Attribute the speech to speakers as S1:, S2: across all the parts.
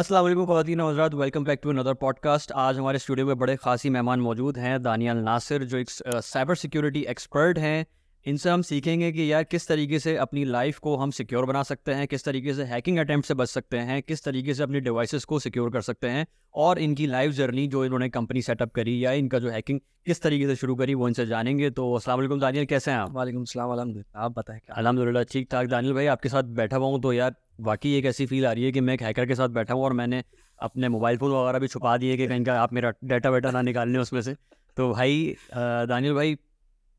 S1: अस्सलाम वालेकुम खातिन हजरात welcome back to another podcast आज हमारे स्टूडियो में बड़े खासी मेहमान मौजूद हैं दानियाल नासिर जो एक साइबर सिक्योरिटी एक्सपर्ट हैं इनसे हम सीखेंगे कि यार किस तरीके से अपनी लाइफ को हम सिक्योर बना सकते हैं किस तरीके से हैकिंग अटैम्प्ट से बच सकते हैं किस तरीके से अपने डिवाइसेस को सिक्योर कर सकते हैं और इनकी लाइफ जर्नी जो इन्होंने कंपनी सेटअप करी या इनका जो हैकिंग किस तरीके से शुरू करी वो इनसे जानेंगे तो अस्सलाम वालेकुम दानियल कैसे हैं आप
S2: वालेकुम सलाम अलहमदिल्ला आप बताएं क्या
S1: अलहमदिल्ला ठीक ठाक दानियल भाई आपके साथ बैठा हुआ हूँ तो यार वाकई एक ऐसी फील आ रही है कि मैं एक हैकर के साथ बैठा हूँ और मैंने अपने मोबाइल फ़ोन वगैरह भी छुपा दिए कि कहीं का आप मेरा डाटा वाटा ना निकाल लें उसमें से तो भाई अ, दानियल भाई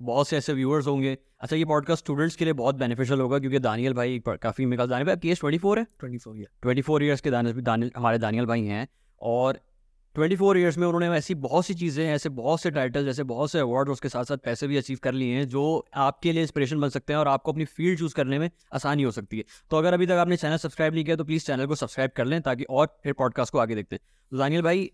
S1: बहुत से ऐसे व्यूअर्स होंगे अच्छा ये पॉडकास्ट स्टूडेंट्स के लिए बहुत बेनिफिशियल होगा क्योंकि दानियल भाई काफ़ी मेरे ख्याल दानियल भाई आपकी एज ट्वेंटी फोर है
S2: twenty four year
S1: twenty four years के दानियल दानियल हमारे दानियल भाई हैं और ट्वेंटी फोर ईयर्स में उन्होंने ऐसी बहुत सी चीज़ें ऐसे बहुत से टाइटल्स ऐसे बहुत से अवार्ड उसके साथ साथ पैसे भी अचीव कर लिए हैं जो आपके लिए इंस्पिरेशन बन सकते हैं और आपको अपनी फील्ड चूज़ करने में आसानी हो सकती है तो अगर अभी तक आपने चैनल सब्सक्राइब नहीं किया तो प्लीज़ चैनल को सब्सक्राइब कर लें ताकि और फिर पॉडकास्ट को आगे देखते हैं तो दानियल भाई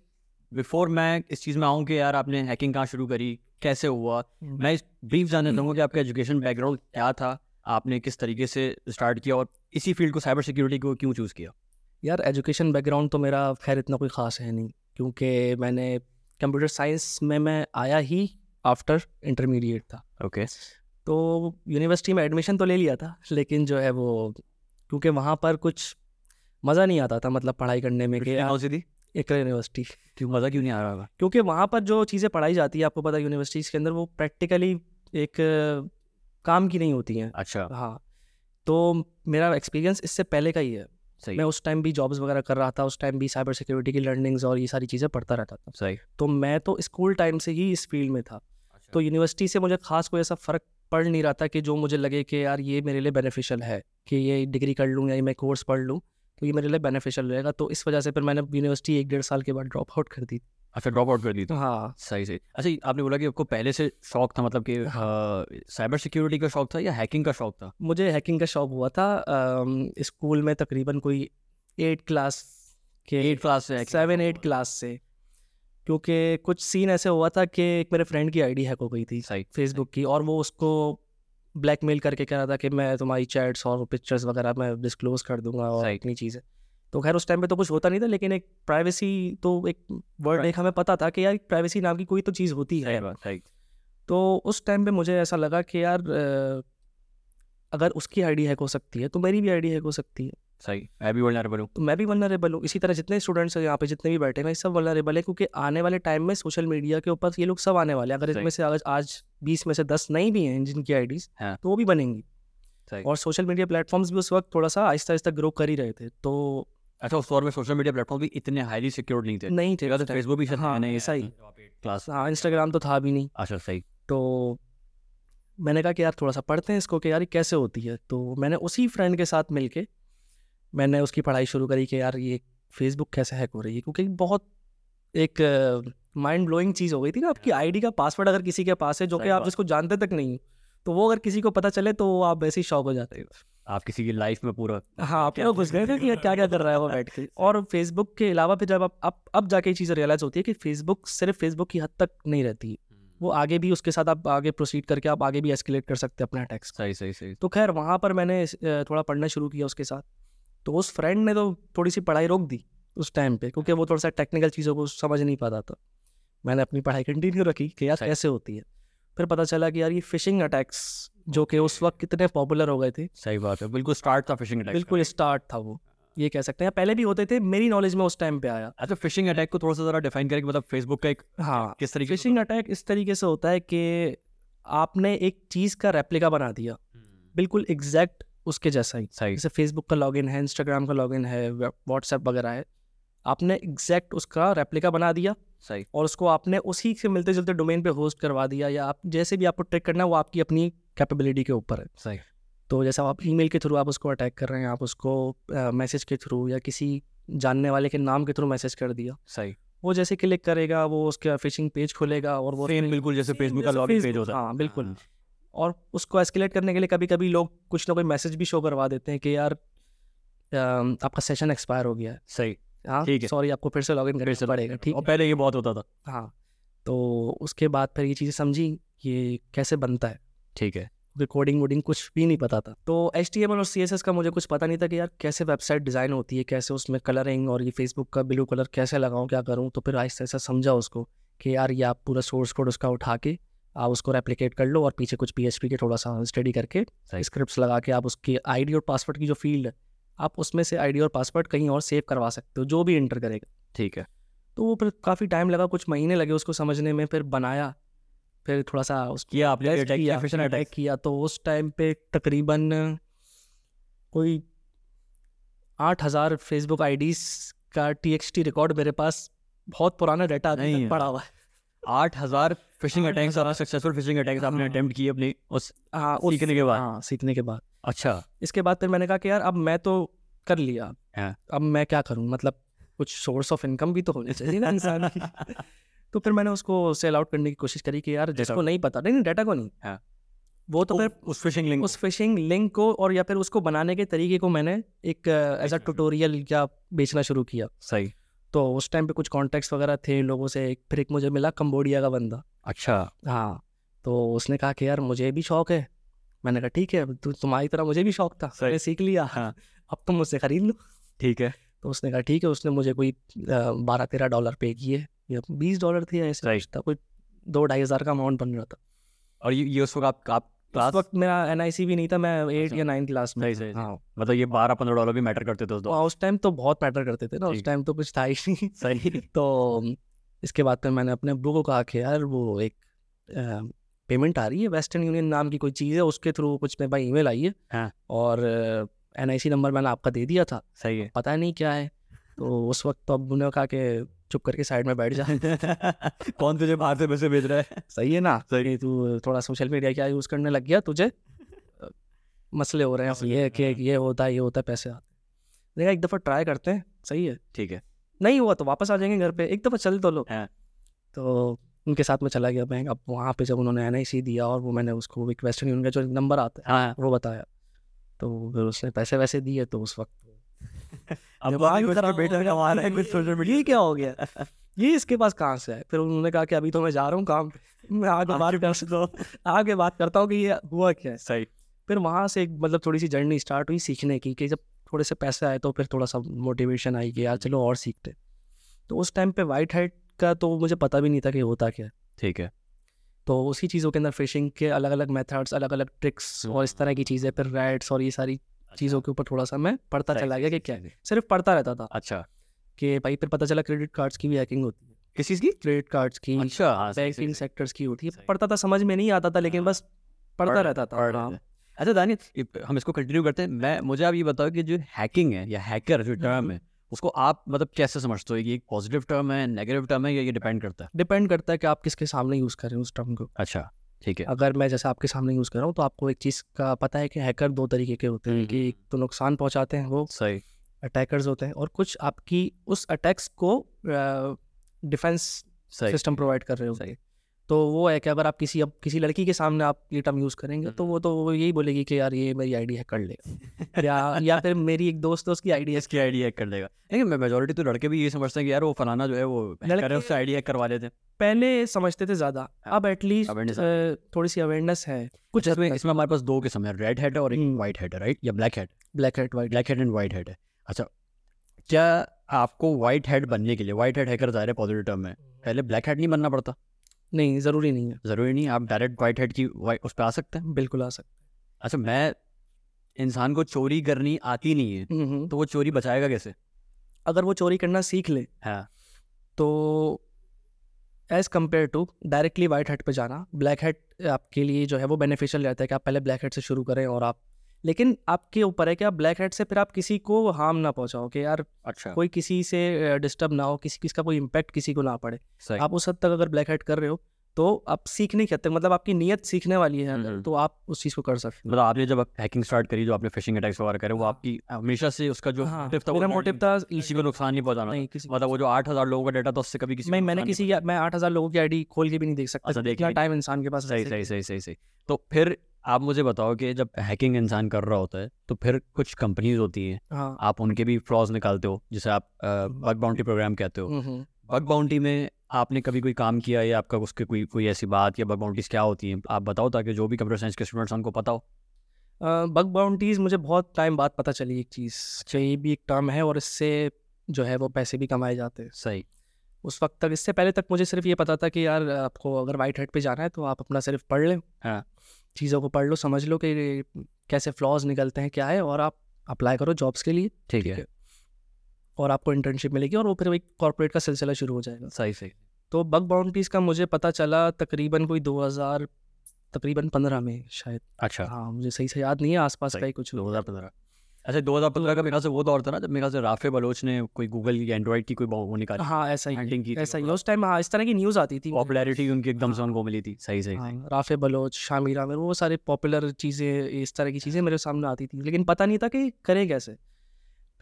S1: बिफोर मैं इस चीज़ में आऊँ कि यार आपने हैकिंग कहाँ शुरू करी कैसे हुआ मैं इस ब्रीफ जानना चाहूँगा कि आपका एजुकेशन बैकग्राउंड क्या था आपने किस तरीके से स्टार्ट किया और इसी फील्ड को साइबर सिक्योरिटी को क्यों चूज़ किया
S2: यार एजुकेशन बैकग्राउंड तो मेरा खैर इतना कोई ख़ास है नहीं क्योंकि मैंने कंप्यूटर साइंस में मैं आया ही आफ्टर इंटरमीडिएट था
S1: ओके
S2: तो यूनिवर्सिटी में एडमिशन तो ले लिया था लेकिन जो है वो क्योंकि वहाँ पर कुछ मज़ा नहीं आता था मतलब पढ़ाई करने में कि यार,
S1: थी
S2: एकल यूनिवर्सिटी
S1: क्यों मज़ा क्यों नहीं आ रहा होगा
S2: क्योंकि वहाँ पर जो चीज़ें पढ़ाई जाती है आपको पता है यूनिवर्सिटीज़ के अंदर वो प्रैक्टिकली एक अ, काम की नहीं होती हैं
S1: अच्छा
S2: हाँ तो मेरा एक्सपीरियंस इससे पहले का ही है
S1: सही
S2: मैं उस टाइम भी जॉब्स वगैरह कर रहा था उस टाइम भी साइबर सिक्योरिटी की लर्निंग्स और ये सारी चीज़ें पढ़ता रहता था
S1: सही
S2: तो मैं तो स्कूल टाइम से ही इस फील्ड में था तो
S1: तो
S2: यूनिवर्सिटी से मुझे खास कोई ऐसा फ़र्क पड़ नहीं रहा था कि जो मुझे लगे कि यार ये मेरे लिए बेनिफिशियल है कि ये डिग्री कर लूँ या ये मैं कोर्स पढ़ लूँ तो ये मेरे लिए बेनिफिशियल रहेगा तो इस वजह से फिर मैंने यूनिवर्सिटी एक डेढ़ साल के बाद ड्रॉप आउट कर दी
S1: अच्छा ड्रॉप आउट कर दी थी
S2: हाँ
S1: सही सही अच्छा ये आपने बोला कि आपको पहले से शौक था मतलब कि साइबर सिक्योरिटी का शौक था या हैकिंग का शौक था
S2: मुझे हैकिंग का शौक हुआ था अम, स्कूल में तकरीबन कोई एट क्लास के
S1: एट क्लास से hacking का
S2: सेवन
S1: शौक
S2: एट
S1: हुआ।
S2: क्लास से क्योंकि कुछ सीन ऐसे हुआ था कि एक मेरे फ्रेंड की आईडी हैक हो गई थी
S1: सही
S2: फेसबुक की और वो उसको ब्लैकमेल करके कह रहा था कि मैं तुम्हारी चैट्स और पिक्चर्स वगैरह मैं डिस्क्लोज कर दूंगा और
S1: सही।
S2: अपनी चीज़ें तो खैर उस टाइम पे तो कुछ होता नहीं था लेकिन एक प्राइवेसी तो एक वर्ड एक हमें पता था कि यार प्राइवेसी नाम की कोई तो चीज़ होती है
S1: सही बात सही
S2: तो उस टाइम पे मुझे ऐसा लगा कि यार अ, अगर उसकी आईडी हैक हो सकती है तो मेरी भी आईडी हैक हो सकती है
S1: सही मैं भी वल्नरेबल हूँ
S2: तो मैं भी वनरेबल हूँ इसी तरह जितने स्टूडेंट्स हैं यहाँ पे जितने भी बैठे हैं ये सब वनरेबल है क्योंकि आने वाले टाइम में सोशल मीडिया के ऊपर ये लोग सब आने वाले हैं अगर
S1: सही।
S2: इसमें से अगर आज बीस में से दस नहीं भी हैं जिनकी आईडीज
S1: हाँ।
S2: तो वो भी बनेंगी
S1: सही।
S2: और सोशल मीडिया प्लेटफॉर्म्स भी उस वक्त थोड़ा सा आहिस्ता आहिस्ता ग्रो कर ही रहे थे तो
S1: अच्छा उस दौर में सोशल मीडिया प्लेटफॉर्म भी इतने हाईली सिक्योर्ड नहीं थे
S2: नहीं थे
S1: मेरा तो फेसबुक भी शायद
S2: हाँ,
S1: नया- नया
S2: ऐसा ही।
S1: था, जब आप eight क्लास
S2: हाँ इंस्टाग्राम तो था भी नहीं
S1: अच्छा सही
S2: तो मैंने कहा कि यार थोड़ा सा पढ़ते हैं इसको कि यार ये कैसे होती है तो मैंने उसी फ्रेंड के साथ मिलके मैंने उसकी पढ़ाई शुरू करी कि यार ये फेसबुक कैसे हैक हो रही है क्योंकि बहुत एक माइंड ब्लोइंग चीज़ हो गई थी ना आपकी आईडी का पासवर्ड अगर किसी के पास है जो कि
S1: सही
S2: आप
S1: बात।
S2: जिसको जानते तक नहीं हो तो वो अगर किसी को पता चले तो वो आप वैसे ही शौक हो जाते हो
S1: आप किसी की लाइफ में पूरा
S2: हाँ आप
S1: क्या
S2: लोग घुस गए थे कि क्या क्या कर रहा है वो बैठ के और फेसबुक के अलावा फिर जब आप अब अब जाके ये चीज़ें रियलाइज़ होती है कि फेसबुक सिर्फ फेसबुक की हद तक नहीं रहती वो आगे भी उसके साथ आप आगे प्रोसीड करके आप आगे भी एस्केलेट कर सकते हैं अपना अटैक्स
S1: सही सही सही
S2: तो खैर वहाँ पर मैंने इस- अ, थोड़ा पढ़ना शुरू किया उसके साथ तो उस फ्रेंड ने तो थोड़ी सी पढ़ाई रोक दी उस टाइम पे क्योंकि वो थोड़ा सा टेक्निकल चीज़ों को समझ नहीं पाता था मैंने अपनी पढ़ाई कंटिन्यू रखी कि यार
S1: सही।
S2: कैसे होती है फिर पता चला कि यार ये फिशिंग अटैक्स जो कि उस वक्त कितने पॉपुलर हो गए थे
S1: सही बात है बिल्कुल स्टार्ट था फिशिंग अटैक
S2: बिल्कुल स्टार्ट था वो ये कह सकते हैं पहले भी होते थे मेरी नॉलेज में उस टाइम पे आया
S1: अच्छा फिशिंग अटैक को थोड़ा सा जरा डिफाइन करें कि मतलब फेसबुक का एक
S2: हाँ
S1: किस तरीके से
S2: फिशिंग अटैक इस तरीके से होता है कि आपने एक चीज़ का रेप्लिका बना दिया बिल्कुल एग्जैक्ट उसके जैसा ही
S1: हम्म। सही
S2: जैसे फेसबुक का लॉगिन है इंस्टाग्राम का लॉगिन है व्हाट्सएप वगैरह है आपने एग्जैक्ट उसका रेप्लिका बना दिया
S1: सही
S2: और उसको आपने उसी से मिलते जुलते डोमेन पे होस्ट करवा दिया या आप जैसे भी आपको ट्रिक करना है वो आपकी अपनी कैपेबिलिटी के ऊपर है
S1: सही
S2: तो जैसा आप ईमेल के थ्रू आप उसको अटैक कर रहे हैं आप उसको मैसेज के थ्रू या किसी जानने वाले के नाम के थ्रू मैसेज कर दिया
S1: सही
S2: वो जैसे क्लिक करेगा वो उसका फिशिंग पेज खोलेगा और वो
S1: सेम बिल्कुल जैसे
S2: Same
S1: फेसबुक का
S2: जैसे
S1: लॉगिन पेज
S2: Facebook,
S1: होता है
S2: हाँ बिल्कुल
S1: हाँ,
S2: और उसको एस्केलेट करने के लिए कभी कभी लोग कुछ ना कोई मैसेज भी शो करवा देते हैं कि यार अम, आपका सेशन एक्सपायर हो गया है
S1: सही ठीक है।
S2: हाँ सॉरी आपको फिर से लॉगिन करना पड़ेगा ठीक
S1: और पहले ये बहुत होता था
S2: है हाँ तो उसके बाद फिर ये चीज़ें समझी ये कैसे बनता है
S1: ठीक है
S2: रिकॉर्डिंग वोडिंग कुछ भी नहीं पता था तो एच टी एम एल और सी एस एस का मुझे कुछ पता नहीं था कि यार कैसे वेबसाइट डिज़ाइन होती है कैसे उसमें कलरिंग और ये फेसबुक का ब्लू कलर कैसे लगाऊँ क्या करूँ तो फिर आहिस्ता आहिस्ता समझा उसको कि यार ये आप पूरा सोर्स कोड उसका उठा के आप उसको रेप्लिकेट कर लो और पीछे कुछ पी के थोड़ा सा स्टडी करके स्क्रिप्ट लगा के आप उसकी आईडी और पासवर्ड की जो फील्ड है आप उसमें से आईडी और पासवर्ड कहीं और सेव करवा सकते हो जो भी इंटर करेगा
S1: ठीक है
S2: तो वो फिर काफ़ी टाइम लगा कुछ महीने लगे उसको समझने में फिर बनाया फिर थोड़ा सा उसको
S1: किया आपने
S2: टेस्ट
S1: attack
S2: किया
S1: किया,
S2: फिर
S1: efficient
S2: अटैक
S1: attack।
S2: किया तो उस टाइम पे तकरीबन कोई आठ हज़ार फेसबुक आईडीज का टी रिकॉर्ड मेरे पास बहुत पुराना डाटा अभी
S1: नहीं
S2: तक
S1: है।
S2: पड़ा हुआ है
S1: आठ हजार फिशिंग
S2: आठ
S1: अटैक्स आपने सक्सेसफुल फिशिंग अटैक्स आपने
S2: हाँ।
S1: अटेम्प्ट किए अपने उस
S2: हाँ उस-
S1: सीखने के बाद
S2: हाँ सीखने के बाद
S1: अच्छा
S2: इसके बाद फिर मैंने कहा कि यार अब मैं तो कर लिया
S1: हाँ।
S2: अब मैं क्या करूँ मतलब कुछ सोर्स ऑफ इनकम भी तो होने चाहिए
S1: हाँ,
S2: ना इंसान की तो फिर मैंने उसको सेल आउट करने की कोशिश करी कि यार जिसको
S1: को।
S2: नहीं पता नहीं नहीं डाटा को नहीं
S1: हाँ।
S2: वो तो फिर
S1: उस फिशिंग लिंक
S2: उस फिशिंग लिंक को और या फिर उसको बनाने के तरीके को मैंने एक एज
S1: बेचना
S2: अ
S1: शुरू।
S2: ट्यूटोरियल या बेचना शुरू किया
S1: सही
S2: तो उस टाइम पे कुछ कॉन्टैक्ट्स वगैरह थे लोगों से एक फिर एक मुझे मिला कम्बोडिया का बंदा
S1: अच्छा
S2: हाँ तो उसने कहा कि यार मुझे भी शौक है मैंने कहा ठीक है अब तु, तुम्हारी तरह मुझे भी शौक था
S1: सही।
S2: मैंने सीख लिया
S1: हाँ।
S2: अब तुम मुझसे खरीद लो
S1: ठीक है
S2: तो उसने कहा ठीक है उसने मुझे कोई बारह तेरह डॉलर पे किए या बीस डॉलर थे या ऐसे
S1: Right.
S2: कुछ था कोई दो ढाई हज़ार का अमाउंट बन रहा था तो
S1: और ये, ये उस वक्त आप आप
S2: उस
S1: क्लास
S2: वक्त मेरा एन भी नहीं था मैं एट
S1: अच्छा।
S2: या नाइन्थ क्लास में
S1: सही,
S2: था।
S1: सही, सही।
S2: हाँ
S1: मतलब ये बारह पंद्रह डॉलर भी मैटर करते थे उस
S2: तो
S1: दौर
S2: उस टाइम तो बहुत मैटर करते थे ना उस
S1: ठीक।
S2: टाइम तो कुछ था ही नहीं
S1: सही
S2: तो इसके बाद फिर मैंने अपने अब्बू को कहा कि यार वो एक पेमेंट आ रही है वेस्टर्न यूनियन नाम की कोई चीज़ है उसके थ्रू कुछ मेरे पास ईमेल आई है
S1: हाँ।
S2: और एन नंबर मैंने आपका दे दिया था
S1: सही है
S2: पता नहीं क्या है तो उस वक्त तो अब्बू ने कहा कि चुप करके साइड में बैठ जा
S1: कौन तुझे बाहर से पैसे भेज रहा है
S2: सही है ना
S1: सही।
S2: कि तू थोड़ा सोशल मीडिया क्या यूज़ करने लग गया तुझे अ, मसले हो रहे हैं
S1: मसले,
S2: ये कि
S1: हाँ।
S2: ये होता है ये होता है पैसे आते हैं। देखा एक दफ़ा ट्राई करते हैं सही है
S1: ठीक है
S2: नहीं हुआ तो वापस आ जाएंगे घर पे एक दफ़ा चल तो लो
S1: हाँ।
S2: तो उनके साथ में चला गया बैंक अब वहाँ पे जब उन्होंने एन दिया और वो मैंने उसको एक वेस्टर्न यूनियन का जो नंबर आता
S1: हाँ
S2: है वो बताया तो फिर उसने पैसे वैसे दिए तो उस वक्त
S1: अब
S2: दिमाग
S1: आगे
S2: खराब
S1: उसका
S2: हो
S1: बेटा
S2: गया।
S1: कमा रहा है कुछ सोशल मीडिया
S2: ये क्या हो गया ये इसके पास कहाँ से है फिर उन्होंने कहा कि अभी तो मैं जा रहा हूँ काम पे। मैं आगे बात
S1: दो
S2: आगे बात करता हूँ कि ये हुआ क्या है
S1: सही
S2: फिर वहाँ से एक मतलब थोड़ी सी जर्नी स्टार्ट हुई सीखने की कि जब थोड़े से पैसे आए तो फिर थोड़ा सा मोटिवेशन आई कि यार चलो और सीखते हैं। तो उस टाइम पे वाइट हेड का तो मुझे पता भी नहीं था कि होता क्या है
S1: ठीक है
S2: तो उसी चीज़ों के अंदर फिशिंग के अलग अलग मेथड्स अलग अलग ट्रिक्स और इस तरह की चीज़ें फिर रैड्स और ये सारी चीज़ों के ऊपर थोड़ा सा मैं पढ़ता
S1: सही,
S2: चला गया कि
S1: सही,
S2: क्या
S1: सही,
S2: सिर्फ पढ़ता रहता था
S1: अच्छा
S2: कि भाई फिर पता चला क्रेडिट कार्ड्स की भी हैकिंग होती है
S1: किस चीज़ की
S2: क्रेडिट कार्ड्स की
S1: अच्छा हाँ सही, सही,
S2: बैंकिंग
S1: सही।
S2: सेक्टर्स की होती है
S1: सही।
S2: पढ़ता था समझ में नहीं आता था लेकिन
S1: हाँ।
S2: बस पढ़ता
S1: पढ़-
S2: रहता था
S1: पढ़
S2: हाँ।
S1: रहे थे। अच्छा दानियल ये- हम इसको कंटिन्यू करते हैं मैं मुझे आप ये बताओ कि जो हैकिंग है या हैकर जो टर्म है उसको आप मतलब कैसे समझते हो ये एक पॉजिटिव टर्म है नेगेटिव टर्म है या ये डिपेंड करता है
S2: डिपेंड करता है कि आप किसके सामने यूज़ कर रहे हो उस टर्म को
S1: अच्छा ठीक है
S2: अगर मैं जैसे आपके सामने यूज़ कर रहा हूँ तो आपको एक चीज़ का पता है कि हैकर दो तरीके के होते
S1: हम्म,
S2: हैं कि एक तो नुकसान पहुँचाते हैं वो
S1: सही
S2: अटैकर्स होते हैं और कुछ आपकी उस अटैक्स को डिफेंस
S1: सही
S2: सिस्टम प्रोवाइड कर रहे होते
S1: सही।
S2: हैं तो वो है कि अगर आप किसी अब किसी लड़की के सामने आप ये टर्म यूज़ करेंगे तो वो तो वो यही बोलेगी कि यार ये मेरी आईडी हैक कर लेगा या या फिर मेरी एक दोस्त है उसकी आईडी
S1: इसकी आईडी हैक कर लेगा लेकिन मेजोरिटी तो लड़के भी ये समझते हैं कि यार वो फलाना जो है वो hacker है
S2: लड़के-
S1: उससे आईडी हैक करवा लेते हैं
S2: पहले समझते थे ज़्यादा अब
S1: Awareness
S2: एटलीस्ट थोड़ी सी अवेयरनेस है
S1: कुछ
S2: हद
S1: इसमें
S2: तक।
S1: इसमें हमारे पास दो किस्म है रेड हेड है और एक
S2: हम्म।
S1: वाइट हेड है राइट या black head
S2: black and white
S1: black head and white head है अच्छा क्या आपको व्हाइट हेड बनने के लिए व्हाइट हेड हैकर ज़ाहिर है पॉजिटिव टर्म है पहले ब्लैक हेड नहीं बनना पड़ता
S2: नहीं ज़रूरी नहीं है
S1: ज़रूरी नहीं आप डायरेक्ट वाइट हेड की वाइट उस पर आ सकते हैं
S2: बिल्कुल आ सकते
S1: अच्छा मैं इंसान को चोरी करनी आती नहीं है
S2: हैं हम्म।
S1: तो वो चोरी बचाएगा कैसे
S2: अगर वो चोरी करना सीख ले
S1: हाँ।
S2: तो as compare to directly white head पे जाना ब्लैक हेड आपके लिए जो है वो बेनिफिशियल रहता है कि आप पहले ब्लैक हेड से शुरू करें और आप लेकिन आपके ऊपर है कि आप ब्लैक हेड से फिर आप किसी को हार्म ना पहुंचाओ कि यार
S1: अच्छा
S2: कोई किसी से डिस्टर्ब ना हो किसी किसका कोई इम्पैक्ट किसी को ना पड़े
S1: सही
S2: आप उस हद तक अगर ब्लैक हेड कर रहे हो तो आप सीखने की हद तक मतलब आपकी नीयत सीखने वाली है अगर,
S1: हम्म।
S2: तो आप उस चीज़ को कर सकते हो
S1: मतलब आपने जब हैकिंग स्टार्ट करी जो आपने फिशिंग अटैक्स वगैरह करे वो
S2: हाँ।
S1: आपकी हमेशा से उसका जो
S2: हाँ,
S1: मोटिव था
S2: मेरा
S1: वो
S2: मोटिव था
S1: किसी को नुकसान नहीं पहुंचाना
S2: नहीं किसी
S1: मतलब वो जो आठ हजार लोगों का डाटा था उससे कभी किसी को
S2: मैं मैंने
S1: नुकसान नहीं
S2: किसी की मैं आठ हज़ार लोगों की आईडी खोल के भी नहीं देख सकता
S1: अच्छा, देख
S2: इतना
S1: भी
S2: टाइम इंसान के पास
S1: सही
S2: ऐसे-
S1: सही सही सही सही तो फिर आप मुझे बताओ कि जब हैकिंग इंसान कर रहा होता है तो फिर कुछ कंपनीज होती हैं
S2: हाँ
S1: आप उनके भी फ्लॉज निकालते हो जिसे आप बग बाउंटी प्रोग्राम कहते हो
S2: हम्म, हम्म,
S1: बग बाउंटी में आपने कभी कोई काम किया या आपका उसके कोई कोई ऐसी बात या बग बाउंड्रीज क्या होती हैं आप बताओ ताकि जो भी कंप्यूटर साइंस के स्टूडेंट्स हैं उनको पता हो
S2: बग बाउंड्रीज़ मुझे बहुत टाइम बाद पता चली एक चीज़ कि ये भी एक टर्म है और इससे जो है वो पैसे भी कमाए जाते हैं
S1: सही
S2: उस वक्त तक इससे पहले तक मुझे सिर्फ ये पता था कि यार आपको अगर वाइट हेड पे जाना है तो आप अपना सिर्फ पढ़ लें
S1: हाँ।
S2: चीज़ों को पढ़ लो समझ लो कि कैसे फ्लॉज निकलते हैं क्या है और आप अप्लाई करो जॉब्स के लिए
S1: ठीक है
S2: है। और आपको इंटर्नशिप मिलेगी और वो फिर एक कॉर्पोरेट का सिलसिला शुरू हो जाएगा
S1: सही सही
S2: तो बग बाउंड्रीज़ का मुझे पता चला तकरीबन कोई 2000 तकरीबन 15 में शायद
S1: अच्छा
S2: हाँ मुझे सही से याद नहीं है आसपास
S1: सही।
S2: का ही कुछ
S1: दो हज़ार पंद्रह अच्छा दो हज़ार पंद्रह का मेरे ख्याल से वो दौर था ना जब मेरे ख्याल से राफे बलोच ने कोई गूगल या एंड्रॉइड की कोई बहु- वो निकाली
S2: हाँ ऐसा ही
S1: हैंडिंग की
S2: ऐसा ही उस टाइम हाँ इस तरह की न्यूज़ आती थी
S1: पॉपुलैरिटी उनकी एकदम से
S2: हाँ।
S1: उनको मिली थी सही सही
S2: हाँ, राफे बलोच शामिर आमिर वो सारे पॉपुलर चीज़ें इस तरह की चीज़ें मेरे सामने आती थी लेकिन पता नहीं था कि करें कैसे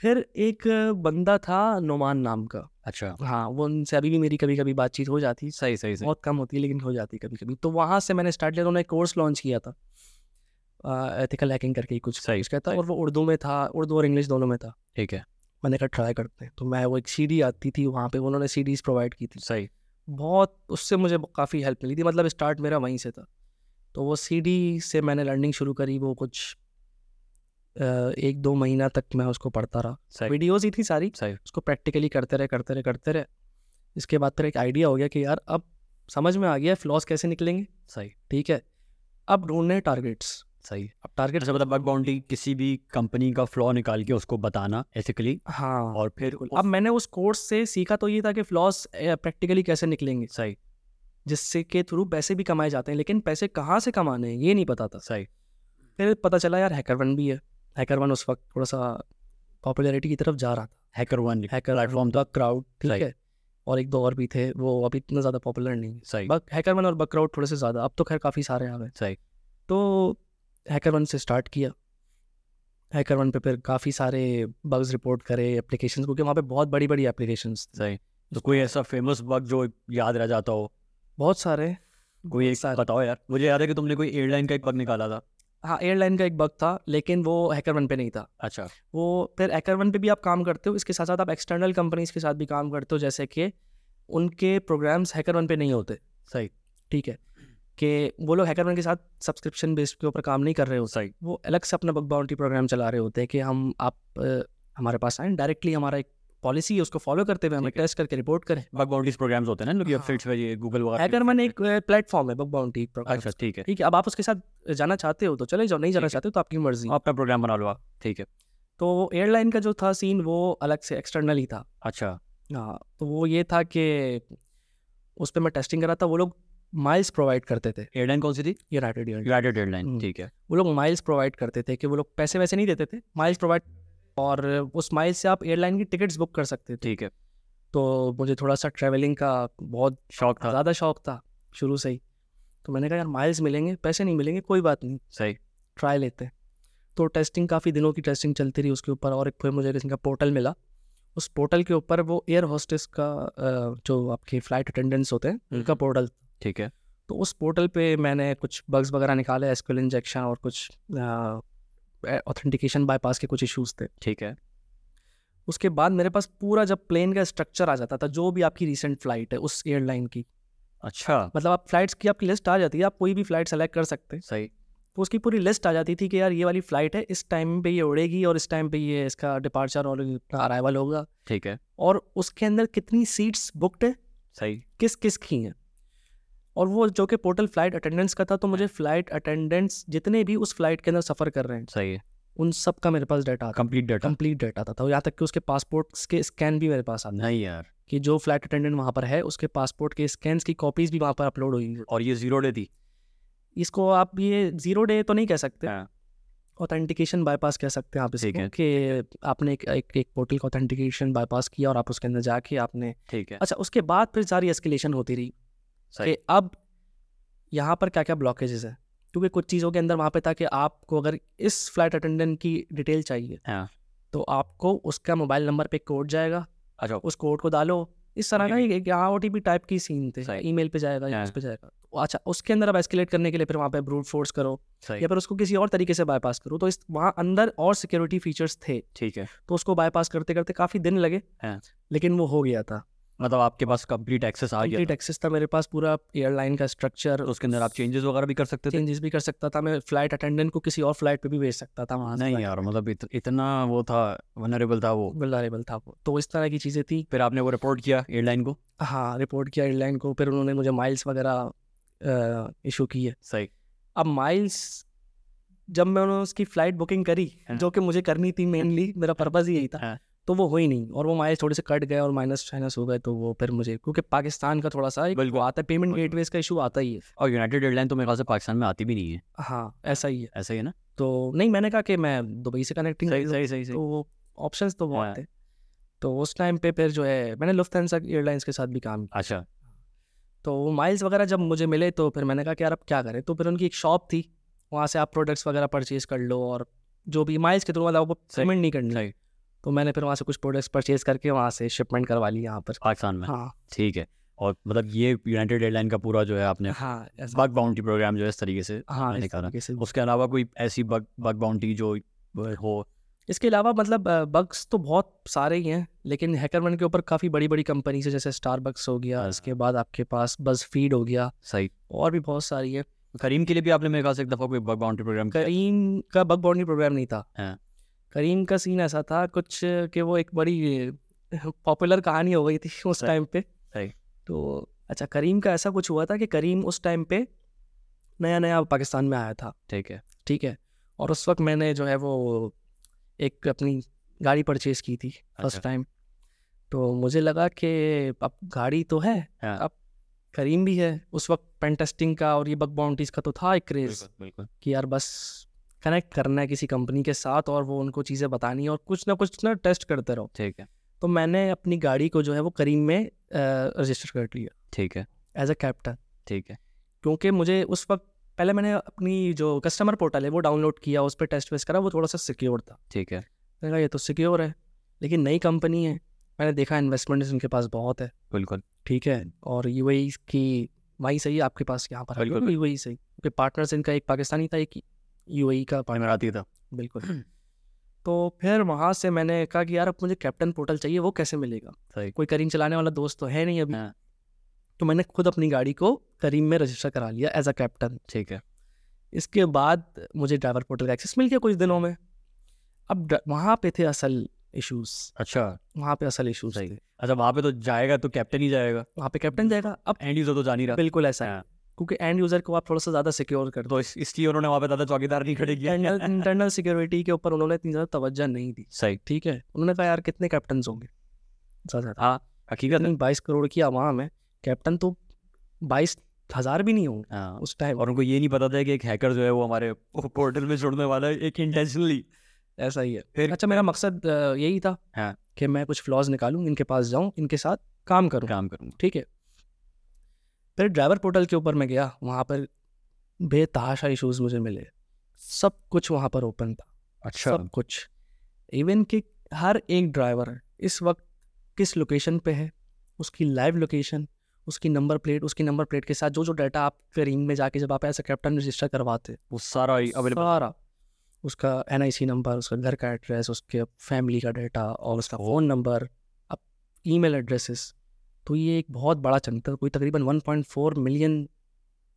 S2: फिर एक बंदा था नुमान नाम का
S1: अच्छा
S2: हाँ वो उनसे अभी भी मेरी कभी कभी बातचीत हो जाती
S1: सही सही सही
S2: बहुत कम होती है लेकिन हो जाती कभी कभी तो वहाँ से मैंने स्टार्ट किया तो उन्होंने कोर्स लॉन्च किया था एथिकल हैकिंग करके ही कुछ
S1: सही
S2: कहता और वो उर्दू में था उर्दू और इंग्लिश दोनों में था
S1: ठीक है
S2: मैंने कहा ट्राई करते हैं तो मैं वो एक सीडी आती थी वहाँ पे उन्होंने सीडीज प्रोवाइड की थी
S1: सही
S2: बहुत उससे मुझे काफ़ी हेल्प मिली थी मतलब स्टार्ट मेरा वहीं से था तो वो सीडी से मैंने लर्निंग शुरू करी वो कुछ अ, एक दो महीना तक मैं उसको पढ़ता रहा
S1: सही
S2: वीडियोस ही थी सारी
S1: सही
S2: उसको प्रैक्टिकली करते रहे करते रहे करते रहे इसके बाद फिर एक आइडिया हो गया कि यार अब समझ में आ गया फ्लॉस कैसे निकलेंगे
S1: सही
S2: ठीक है अब ढूंढने हैं टारगेट्स
S1: सही
S2: अब टारगेट
S1: अच्छा मतलब बग बाउंड्री किसी भी कंपनी का फ्लॉ निकाल के उसको बताना एथिकली
S2: हाँ
S1: और फिर
S2: अब मैंने उस कोर्स से सीखा तो ये था कि फ्लॉस प्रैक्टिकली कैसे निकलेंगे
S1: सही
S2: जिससे के थ्रू पैसे भी कमाए जाते हैं लेकिन पैसे कहाँ से कमाने हैं ये नहीं पता था
S1: सही
S2: फिर पता चला यार हैकर वन भी है हैकर वन उस वक्त थोड़ा सा पॉपुलैरिटी की तरफ जा रहा था
S1: हैकर वन
S2: हैकर प्लेटफॉर्म था क्राउड ठीक
S1: सही।
S2: है और एक दो और भी थे वो अभी इतना ज़्यादा पॉपुलर नहीं है
S1: सही
S2: बक हैकर वन और बक क्राउड थोड़े से ज़्यादा अब तो खैर काफ़ी सारे आ गए
S1: सही।
S2: तो हैकर वन से स्टार्ट किया हैकर वन पे फिर काफ़ी सारे बग्स रिपोर्ट करे एप्लीकेशन क्योंकि वहाँ पे बहुत बड़ी बड़ी एप्लीकेशंस
S1: सही तो कोई ऐसा फेमस बग जो याद रह जाता हो
S2: बहुत सारे
S1: कोई एक
S2: बहुत सारे।
S1: बताओ यार मुझे याद है कि तुमने कोई एयरलाइन का एक बग निकाला था
S2: हाँ एयरलाइन का एक बग था लेकिन वो हैकर वन पे नहीं था
S1: अच्छा
S2: वो फिर एकर पे भी आप काम करते हो इसके साथ साथ आप एक्सटर्नल कंपनीज के साथ भी काम करते हो जैसे कि उनके प्रोग्राम्स हैकर वन पे नहीं होते
S1: सही
S2: ठीक है कि वो लोग हैकर वन के साथ सब्सक्रिप्शन बेस्ड के ऊपर काम नहीं कर रहे होते
S1: सही
S2: वो अलग से अपना बग बाउंड्री प्रोग्राम चला रहे होते हैं कि हम आप अ, हमारे पास आए डायरेक्टली हमारा एक पॉलिसी है उसको फॉलो करते हुए हमें
S1: ठीक है।
S2: टेस्ट करके रिपोर्ट करें
S1: बग बाउंड्रीज प्रोग्राम्स होते हैं ना
S2: हाँ।
S1: वेबसाइट्स पे ये गूगल वगैरह
S2: हैकर वन एक प्लेटफॉर्म है बग बाउंड्री प्रोग्राम
S1: अच्छा ठीक है
S2: ठीक है अब आप उसके साथ जाना चाहते हो तो चले जाओ नहीं जाना
S1: ठीक है। हाँ।
S2: चाहते हो तो आपकी मर्जी
S1: अपना प्रोग्राम बना लो आप ठीक है
S2: तो एयरलाइन का जो था सीन वो अलग से एक्सटर्नल ही था
S1: अच्छा
S2: हाँ तो वो ये था कि उस पर मैं टेस्टिंग कर रहा था वो लोग माइल्स प्रोवाइड करते थे
S1: एयरलाइन कौन सी थी
S2: यूनाइटेड एयरलाइन
S1: यूनाइटेड एयरलाइन
S2: हम्म।
S1: ठीक है
S2: वो लोग माइल्स प्रोवाइड करते थे कि वो लोग पैसे वैसे नहीं देते थे माइल्स प्रोवाइड और उस माइल से आप एयरलाइन की टिकट्स बुक कर सकते थे
S1: ठीक है
S2: तो मुझे थोड़ा सा ट्रैवलिंग का बहुत
S1: शौक था
S2: ज़्यादा शौक था शुरू से ही तो मैंने कहा यार माइल्स मिलेंगे पैसे नहीं मिलेंगे कोई बात नहीं
S1: सही
S2: ट्राई लेते हैं तो टेस्टिंग काफ़ी दिनों की टेस्टिंग चलती रही उसके ऊपर और एक फिर मुझे किसी का पोर्टल मिला उस पोर्टल के ऊपर वो एयर होस्टेस का अ, जो आपके फ्लाइट अटेंडेंट्स होते हैं उनका
S1: हम्म।
S2: पोर्टल
S1: ठीक है
S2: तो उस पोर्टल पे मैंने कुछ बग्स वगैरह निकाले एसक्यूएल इंजेक्शन और कुछ ऑथेंटिकेशन बाईपास के कुछ इश्यूज थे
S1: ठीक है
S2: उसके बाद मेरे पास पूरा जब प्लेन का स्ट्रक्चर आ जाता था जो भी आपकी रिसेंट फ्लाइट है उस एयरलाइन की
S1: अच्छा
S2: मतलब आप फ्लाइट्स की आपकी लिस्ट आ जाती है आप कोई भी फ्लाइट सेलेक्ट कर सकते हैं
S1: सही
S2: तो उसकी पूरी लिस्ट आ जाती थी कि यार ये वाली फ़्लाइट है इस टाइम पे ये उड़ेगी और इस टाइम पे ये इसका डिपार्चर और अराइवल होगा
S1: ठीक है
S2: और उसके अंदर कितनी सीट्स बुकड है
S1: सही
S2: किस किस की हैं और वो जो कि पोर्टल फ्लाइट अटेंडेंट्स का था तो मुझे फ्लाइट अटेंडेंट्स जितने भी उस फ्लाइट के अंदर सफ़र कर रहे हैं
S1: सही है
S2: उन सब का मेरे पास डाटा आता
S1: कंप्लीट डाटा
S2: कंप्लीट डाटा आता था तो यहाँ तक कि उसके पासपोर्ट्स के स्कैन भी मेरे पास आते
S1: नहीं यार
S2: कि जो फ्लाइट अटेंडेंट वहाँ पर है उसके पासपोर्ट के स्कैन्स की कॉपीज़ भी वहाँ पर अपलोड हुई हैं।
S1: और ये जीरो डे थी
S2: इसको आप ये जीरो डे तो नहीं कह सकते
S1: हाँ।
S2: ऑथेंटिकेशन बाईपास कह सकते हैं आप
S1: ठीक
S2: इसको कि आपने एक एक, एक पोर्टल का ऑथेंटिकेशन बाईपास किया और आप उसके अंदर जाके आपने
S1: ठीक है
S2: अच्छा उसके बाद फिर सारी एस्केलेशन होती रही
S1: सही
S2: कि अब यहाँ पर क्या क्या ब्लॉकेजेस हैं क्योंकि कुछ चीज़ों के अंदर वहाँ पे था कि आपको अगर इस फ्लाइट अटेंडेंट की डिटेल चाहिए
S1: हाँ।
S2: तो आपको उसका मोबाइल नंबर पे कोड जाएगा
S1: अच्छा
S2: उस कोड को डालो इस तरह का
S1: OTP
S2: एक यहाँ ओ टाइप की सीन थे
S1: सही।
S2: ईमेल पे जाएगा या
S1: हाँ।
S2: उस पे जाएगा तो अच्छा उसके अंदर आप एस्केलेट करने के लिए फिर वहाँ पे ब्रूट फोर्स करो
S1: सही
S2: या फिर उसको किसी और तरीके से बाईपास करो तो इस वहाँ अंदर और सिक्योरिटी फीचर्स थे
S1: ठीक है
S2: तो उसको बाईपास करते करते काफ़ी दिन लगे
S1: हाँ।
S2: लेकिन वो हो गया था
S1: मतलब आपके पास कंप्लीट एक्सेस आ गया
S2: कंप्लीट एक्सेस था मेरे पास पूरा एयरलाइन का स्ट्रक्चर
S1: था। तो उसके अंदर आप चेंजेस वगैरह भी कर सकते थे
S2: चेंजेस भी कर सकता था मैं फ्लाइट अटेंडेंट को किसी और फ्लाइट पे भी भेज सकता था वहाँ
S1: नहीं यार मतलब इत, इतना वो था वनरेबल था वो
S2: बुलारेबल था वो तो इस तरह की चीज़ें थी
S1: फिर आपने वो रिपोर्ट किया एयरलाइन को
S2: हाँ रिपोर्ट किया एयरलाइन को फिर उन्होंने मुझे माइल्स वगैरह इशू किए
S1: सही
S2: अब माइल्स जब मैंने उसकी फ्लाइट बुकिंग करी
S1: हाँ।
S2: जो कि मुझे करनी थी मेनली मेरा पर्पज़ ही यही था
S1: हाँ।
S2: तो वो हुई नहीं और वो माइल्स थोड़े से कट गए और माइनस माइनस हो गए तो वो फिर मुझे क्योंकि पाकिस्तान का थोड़ा सा एक
S1: बिल्कुल।
S2: वो आता है पेमेंट
S1: मतलब
S2: गेटवेज का इशू आता ही है
S1: और यूनाइटेड एयरलाइन तो मेरे ख्याल से पाकिस्तान में आती भी नहीं है
S2: हाँ ऐसा ही है
S1: ऐसा ही है ना
S2: तो नहीं मैंने कहा कि मैं दुबई से कनेक्टिंग
S1: सही सही सही सही
S2: तो वो ऑप्शंस तो
S1: हाँ।
S2: बहुत थे तो उस टाइम पे फिर जो है मैंने लुफ्थांसा एयरलाइंस के साथ भी काम किया
S1: अच्छा
S2: तो वो माइल्स वगैरह जब मुझे मिले तो फिर मैंने कहा कि यार अब क्या करें तो फिर उनकी एक शॉप थी वहाँ से आप प्रोडक्ट्स वगैरह परचेज कर लो और जो भी माइल्स के थ्रू मतलब आपको
S1: सही,
S2: पेमेंट नहीं करनी
S1: सही।
S2: तो मैंने फिर वहाँ से कुछ प्रोडक्ट्स परचेज करके वहाँ से शिपमेंट करवा ली यहाँ पर
S1: पाकिस्तान में
S2: हाँ
S1: ठीक है और मतलब ये यूनाइटेड एयरलाइन का पूरा जो है आपने
S2: हाँ ऐसा
S1: बग बाउंटी प्रोग्राम जो है इस तरीके से
S2: हाँ
S1: मैंने
S2: इस
S1: कहा ना।
S2: तरीके से
S1: उसके अलावा कोई ऐसी बग बग बाउंटी जो वो हो
S2: इसके अलावा मतलब बग्स तो बहुत सारे ही हैं लेकिन हैकरमैन के ऊपर काफ़ी बड़ी बड़ी कंपनी से जैसे स्टारबक्स हो गया
S1: हाँ।
S2: इसके बाद आपके पास बज फीड हो गया
S1: सही
S2: और भी बहुत सारी है
S1: करीम के लिए भी आपने मेरे ख्याल से एक दफ़ा कोई बग बाउंटी प्रोग्राम किया
S2: करीम का बग बाउंड्री प्रोग्राम नहीं था
S1: हाँ।
S2: करीम का सीन ऐसा था कुछ कि वो एक बड़ी पॉपुलर कहानी हो गई थी उस
S1: सही,
S2: टाइम पे
S1: सही।
S2: तो अच्छा करीम का ऐसा कुछ हुआ था कि करीम उस टाइम पे नया नया पाकिस्तान में आया था
S1: ठीक है
S2: ठीक है और उस वक्त मैंने जो है वो एक अपनी गाड़ी परचेज की थी फर्स्ट
S1: अच्छा।
S2: टाइम तो मुझे लगा कि अब गाड़ी तो है
S1: हाँ।
S2: अब करीम भी है उस वक्त पेन टेस्टिंग का और ये बग बाउंड्रीज का तो था एक क्रेज़
S1: बिल्कुल
S2: कि यार बस कनेक्ट करना है किसी कंपनी के साथ और वो उनको चीज़ें बतानी है और कुछ ना कुछ ना टेस्ट करते रहो
S1: ठीक है
S2: तो मैंने अपनी गाड़ी को जो है वो करीम में रजिस्टर कर लिया
S1: ठीक है
S2: एज अ कैप्टन
S1: ठीक है
S2: क्योंकि मुझे उस वक्त पहले मैंने अपनी जो कस्टमर पोर्टल है वो डाउनलोड किया उस पर टेस्ट वेस्ट करा वो थोड़ा सा सिक्योर था
S1: ठीक है
S2: मैंने कहा ये तो सिक्योर है लेकिन नई कंपनी है मैंने देखा इन्वेस्टमेंट इनके पास बहुत है
S1: बिल्कुल
S2: ठीक है और यू की वही सही आपके पास यहाँ पर
S1: बिल्कुल,
S2: यू सही क्योंकि पार्टनर्स इनका एक पाकिस्तानी था एक यू का partner
S1: इमराती था
S2: बिल्कुल तो फिर वहाँ से मैंने कहा कि यार अब मुझे कैप्टन पोर्टल चाहिए वो कैसे मिलेगा
S1: सही।
S2: कोई करीम चलाने वाला दोस्त तो है नहीं अभी
S1: हाँ।
S2: तो मैंने खुद अपनी गाड़ी को करीम में रजिस्टर करा लिया एज अ कैप्टन
S1: ठीक है
S2: इसके बाद मुझे ड्राइवर पोर्टल का एक्सेस मिल गया कुछ दिनों में अब ड्र- वहाँ पे थे असल इश्यूज
S1: अच्छा
S2: वहाँ पे असल इश्यूज
S1: सही।
S2: थे
S1: अच्छा वहाँ पे तो जाएगा तो कैप्टन ही जाएगा
S2: वहाँ पे कैप्टन जाएगा अब
S1: एंड यूजर तो जा नहीं रहा
S2: बिल्कुल ऐसा है
S1: हाँ।
S2: क्योंकि एंड यूजर को आप थोड़ा सा ज़्यादा सिक्योर कर दो
S1: तो इस, इसलिए उन्होंने वहाँ पे ज़्यादा चौकीदार नहीं खड़े किया
S2: इंटरनल सिक्योरिटी के ऊपर उन्होंने इतनी ज़्यादा तवज्जो नहीं दी
S1: सही
S2: ठीक है उन्होंने कहा यार कितने कैप्टन होंगे ज़्यादा
S1: हकीकत में
S2: इतनी बाईस करोड़ की आवाम है कैप्टन तो बाईस हजार भी नहीं होंगे
S1: हाँ
S2: उस टाइम
S1: और उनको ये नहीं पता था कि एक हैकर जो है वो हमारे पोर्टल में छोड़ने वाला है एक इंटेंशनली
S2: ऐसा ही है
S1: फिर
S2: अच्छा मेरा मकसद अ, यही था
S1: हाँ।
S2: कि मैं कुछ फ्लॉज निकालूं इनके पास जाऊं इनके साथ काम करूं
S1: काम करूँगा
S2: ठीक है फिर ड्राइवर पोर्टल के ऊपर मैं गया वहाँ पर बेतहाशा इशूज़ मुझे मिले सब कुछ वहाँ पर ओपन था
S1: अच्छा
S2: सब कुछ इवन कि हर एक ड्राइवर इस वक्त किस लोकेशन पे है उसकी लाइव लोकेशन उसकी नंबर प्लेट उसके नंबर प्लेट के साथ जो जो डाटा आप रिंग में जाके जब आप ऐसा कैप्टन रजिस्टर करवाते हैं,
S1: वो सारा अवेलेबल
S2: सारा उसका एन नंबर उसका घर का एड्रेस उसके फैमिली का डाटा और उसका फ़ोन नंबर अब ईमेल एड्रेसेस तो ये एक बहुत बड़ा चंक था कोई तकरीबन 1.4 मिलियन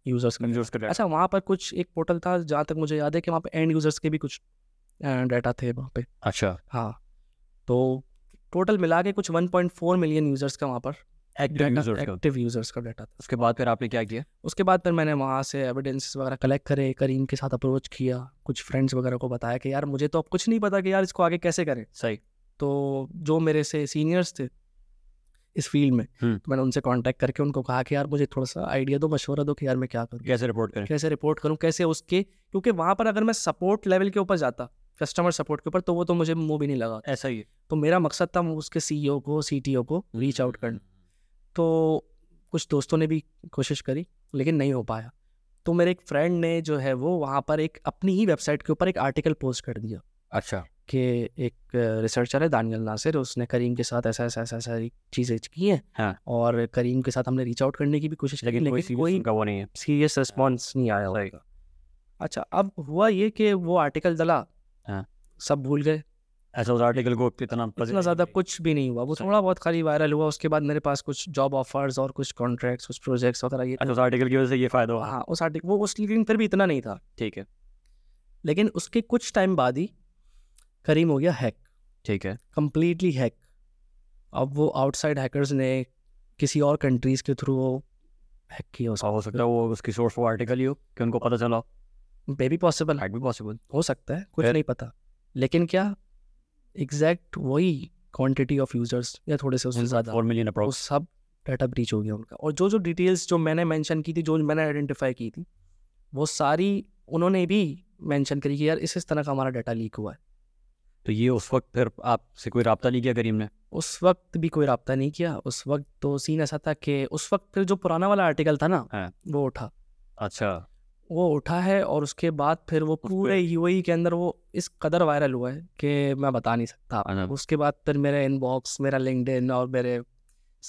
S2: यूज़र्स का
S1: यूजर्स का data।
S2: अच्छा वहाँ पर कुछ एक पोर्टल था जहाँ तक मुझे याद है कि वहाँ पे एंड यूज़र्स के भी कुछ डाटा थे वहाँ पे
S1: अच्छा
S2: हाँ तो टोटल मिला के कुछ 1.4 मिलियन यूज़र्स का वहाँ पर
S1: एक्टिव यूजर्स का
S2: एक्टिव यूज़र्स का डाटा था
S1: उसके बाद फिर आपने क्या किया
S2: उसके बाद फिर मैंने वहाँ से एविडेंस वगैरह कलेक्ट करे करीम के साथ अप्रोच किया कुछ फ्रेंड्स वगैरह को बताया कि यार मुझे तो अब कुछ नहीं पता कि यार इसको आगे कैसे करें
S1: सही
S2: तो जो मेरे से सीनियर्स थे इस फील्ड में
S1: हम्म।
S2: तो मैंने उनसे कांटेक्ट करके उनको कहा कि यार मुझे थोड़ा सा आइडिया दो मशवरा दो कि यार मैं क्या करूँ
S1: कैसे रिपोर्ट करें
S2: कैसे रिपोर्ट करूँ कैसे उसके क्योंकि वहाँ पर अगर मैं सपोर्ट लेवल के ऊपर जाता कस्टमर सपोर्ट के ऊपर तो वो तो मुझे मुंह भी नहीं लगा
S1: ऐसा ही है
S2: तो मेरा मकसद था उसके सीईओ को सीटीओ को रीच आउट करना तो कुछ दोस्तों ने भी कोशिश करी लेकिन नहीं हो पाया तो मेरे एक फ्रेंड ने जो है वो वहाँ पर एक अपनी ही वेबसाइट के ऊपर एक आर्टिकल पोस्ट कर दिया
S1: अच्छा
S2: कि एक रिसर्चर है दानियल नासिर उसने करीम के साथ ऐसा ऐसा ऐसा ऐसा चीज़ें की हैं
S1: हाँ।
S2: और करीम के साथ हमने रीच आउट करने की भी कोशिश की
S1: लेकिन कोई
S2: लेकिन कोई
S1: का वो नहीं है
S2: सीरियस रिस्पॉन्स नहीं आया
S1: सही।
S2: होगा अच्छा अब हुआ ये कि वो आर्टिकल डला
S1: हाँ।
S2: सब भूल गए
S1: ऐसा उस आर्टिकल को कितना
S2: इतना ज़्यादा कुछ भी नहीं हुआ वो
S1: सही।
S2: थोड़ा बहुत खाली वायरल हुआ उसके बाद मेरे पास कुछ जॉब ऑफर्स और कुछ कॉन्ट्रैक्ट्स कुछ प्रोजेक्ट्स वगैरह ये
S1: अच्छा उस आर्टिकल की वजह से ये फायदा हुआ
S2: हाँ उस आर्टिकल वो उस लेकिन फिर भी इतना नहीं था
S1: ठीक है
S2: लेकिन उसके कुछ टाइम बाद ही करीम हो गया हैक
S1: ठीक है
S2: कंप्लीटली हैक अब वो आउटसाइड हैकर्स ने किसी और कंट्रीज़ के थ्रू वो हैक किया
S1: और
S2: उसको
S1: हो सकता है वो उसकी सोर्स वो आर्टिकल ही हो कि उनको पता चला
S2: मे बी पॉसिबल
S1: लाइट भी पॉसिबल
S2: हो सकता है कुछ
S1: फिर?
S2: नहीं पता लेकिन क्या एग्जैक्ट वही क्वांटिटी ऑफ यूजर्स या थोड़े से उससे ज़्यादा
S1: फोर मिलियन
S2: वो
S1: अप्रोक्स
S2: सब डाटा ब्रीच हो गया उनका और जो जो डिटेल्स जो मैंने मेंशन की थी जो मैंने आइडेंटिफाई की थी वो सारी उन्होंने भी मेंशन करी कि यार इस इस तरह का हमारा डाटा लीक हुआ है
S1: तो ये उस वक्त फिर आपसे कोई रबता नहीं किया करीम ने
S2: उस वक्त भी कोई रबता नहीं किया उस वक्त तो सीन ऐसा था कि उस वक्त फिर जो पुराना वाला आर्टिकल था ना
S1: हाँ।
S2: वो उठा
S1: अच्छा
S2: वो उठा है और उसके बाद फिर वो
S1: पे-
S2: पूरे यूएई के अंदर वो इस कदर वायरल हुआ है कि मैं बता नहीं सकता आपको।
S1: अनब।
S2: उसके बाद फिर मेरे इनबॉक्स मेरा लिंक्डइन और मेरे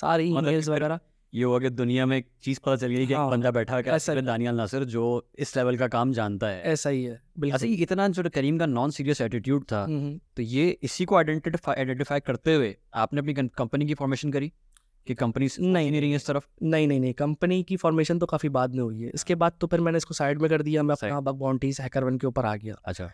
S2: सारी
S1: मतलब
S2: ईमेल्स
S1: फिर-
S2: वगैरह
S1: ये हुआ कि दुनिया में एक चीज़ पता चल गई कि
S2: हाँ,
S1: एक बंदा बैठा है
S2: ऐसा-
S1: कि दानियाल नासिर जो इस लेवल का काम जानता है
S2: ऐसा ही है
S1: अच्छा
S2: बिल्कुल
S1: ये इतना जो करीम का नॉन सीरियस एटीट्यूड था
S2: हम्म, हम्म।
S1: तो ये इसी को आइडेंटिफाई आइडेंटिफाई करते हुए आपने अपनी कं- कंपनी की फॉर्मेशन करी कि कंपनी से
S2: नहीं,
S1: नहीं रही है इस तरफ
S2: नहीं नहीं नहीं कंपनी की फॉर्मेशन तो काफ़ी बाद में हुई है इसके बाद तो फिर मैंने इसको साइड में कर दिया मैं
S1: सही।
S2: अपना बग बाउंटीज हैकर वन के ऊपर आ गया
S1: अच्छा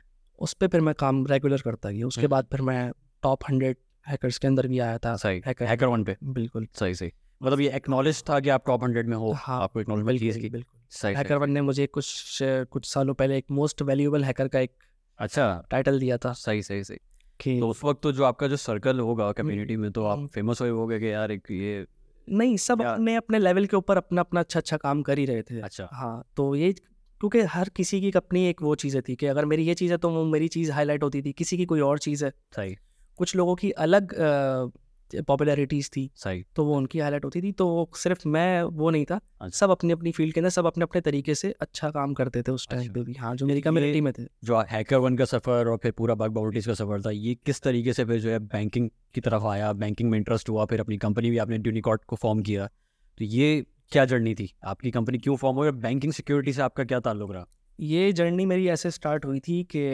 S2: उस पर फिर मैं काम रेगुलर करता गया उसके
S1: हम्म।
S2: बाद फिर मैं टॉप हंड्रेड हैकर्स के अंदर भी आया था
S1: सही
S2: हैकर
S1: हैकर वन पे
S2: बिल्कुल
S1: सही सही मतलब ये एक्नॉलेज था कि आप टॉप हंड्रेड में हो
S2: हाँ,
S1: आपको एक्नॉलेज थी इसकी
S2: बिल्कुल
S1: सही
S2: हैकर
S1: सही
S2: वन ने मुझे कुछ कुछ सालों पहले एक मोस्ट वैल्यूएबल हैकर का एक
S1: अच्छा
S2: टाइटल दिया था
S1: सही सही सही
S2: कि
S1: तो उस वक्त तो जो आपका जो सर्कल होगा कम्युनिटी में तो आप
S2: हम्म।
S1: फेमस हुए होगे कि यार एक ये
S2: नहीं सब
S1: या-
S2: अपने अपने लेवल के ऊपर अपना अपना अच्छा अच्छा काम कर ही रहे थे
S1: अच्छा
S2: हाँ तो ये क्योंकि हर किसी की अपनी एक वो चीज़ें थी कि अगर मेरी ये चीज़ है तो वो मेरी चीज़ हाईलाइट होती थी किसी की कोई और चीज़ है
S1: सही
S2: कुछ लोगों की अलग पॉपुलैरिटीज़ थी
S1: सही
S2: तो वो उनकी हाईलाइट होती थी तो वो सिर्फ मैं वो नहीं था
S1: अच्छा।
S2: सब अपनी अपनी फील्ड के अंदर सब अपने अपने तरीके से अच्छा काम करते थे उस टाइम
S1: अच्छा।
S2: पे भी हाँ जो मेरी
S1: ये-
S2: कम्युनिटी में थे
S1: जो हैकर वन का सफ़र और फिर पूरा बग बाउंड्रीज का सफ़र था ये किस तरीके से फिर जो है बैंकिंग की तरफ आया बैंकिंग में इंटरेस्ट हुआ फिर अपनी कंपनी भी आपने ड्यूनिकॉट को फॉर्म किया तो ये क्या जर्नी थी आपकी कंपनी क्यों फॉर्म हुई और बैंकिंग सिक्योरिटी से आपका क्या ताल्लुक रहा
S2: ये जर्नी मेरी ऐसे स्टार्ट हुई थी कि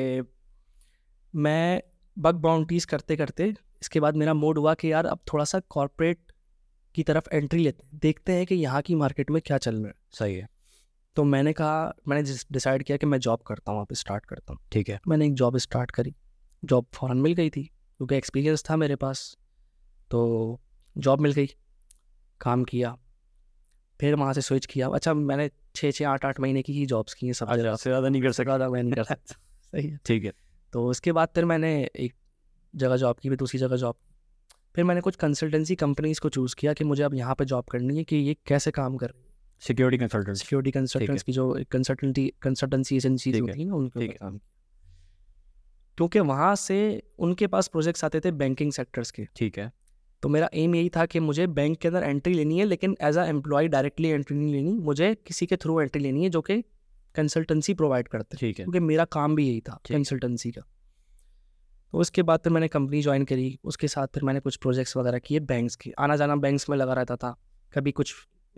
S2: मैं बग बाउंटीज करते करते इसके बाद मेरा मूड हुआ कि यार अब थोड़ा सा कॉरपोरेट की तरफ एंट्री लेते हैं देखते हैं कि यहाँ की मार्केट में क्या चल रहा है
S1: सही है
S2: तो मैंने कहा मैंने डिसाइड किया कि मैं जॉब करता हूँ अब स्टार्ट करता हूँ
S1: ठीक है
S2: मैंने एक जॉब स्टार्ट करी जॉब फ़ौरन मिल गई थी क्योंकि एक्सपीरियंस था मेरे पास तो जॉब मिल गई काम किया फिर वहाँ से स्विच किया अच्छा मैंने छः छः आठ आठ महीने की ही जॉब्स की हैं सब जगह
S1: अच्छा से ज़्यादा नहीं कर सका
S2: से ज़्यादा मैं नहीं कर सकता सही है
S1: ठीक है
S2: तो उसके बाद फिर मैंने एक जगह जॉब की फिर दूसरी जगह जॉब फिर मैंने कुछ कंसल्टेंसी कंपनीज को चूज़ किया कि मुझे अब यहाँ पे जॉब करनी है कि ये कैसे काम कर
S1: सिक्योरिटी कंसल्टेंट
S2: सिक्योरिटी कंसल्टेंट्स की जो कंसल्टेंटी कंसल्टेंसी एजेंसीज
S1: ठीक है,
S2: होती है ना उनके
S1: ठीक
S2: ऊपर काम किया। क्योंकि वहाँ से उनके पास प्रोजेक्ट्स आते थे बैंकिंग सेक्टर्स के
S1: ठीक है
S2: तो मेरा एम यही था कि मुझे बैंक के अंदर एंट्री लेनी है लेकिन as a employ directly entry नहीं लेनी मुझे किसी के थ्रू एंट्री लेनी है जो कि कंसल्टेंसी प्रोवाइड करते हैं
S1: ठीक है
S2: क्योंकि मेरा काम भी यही था
S1: ठीक है।
S2: कंसल्टेंसी का तो उसके बाद फिर मैंने कंपनी ज्वाइन करी उसके साथ फिर मैंने कुछ प्रोजेक्ट्स वगैरह किए बैंक्स के आना जाना बैंक्स में लगा रहता था कभी कुछ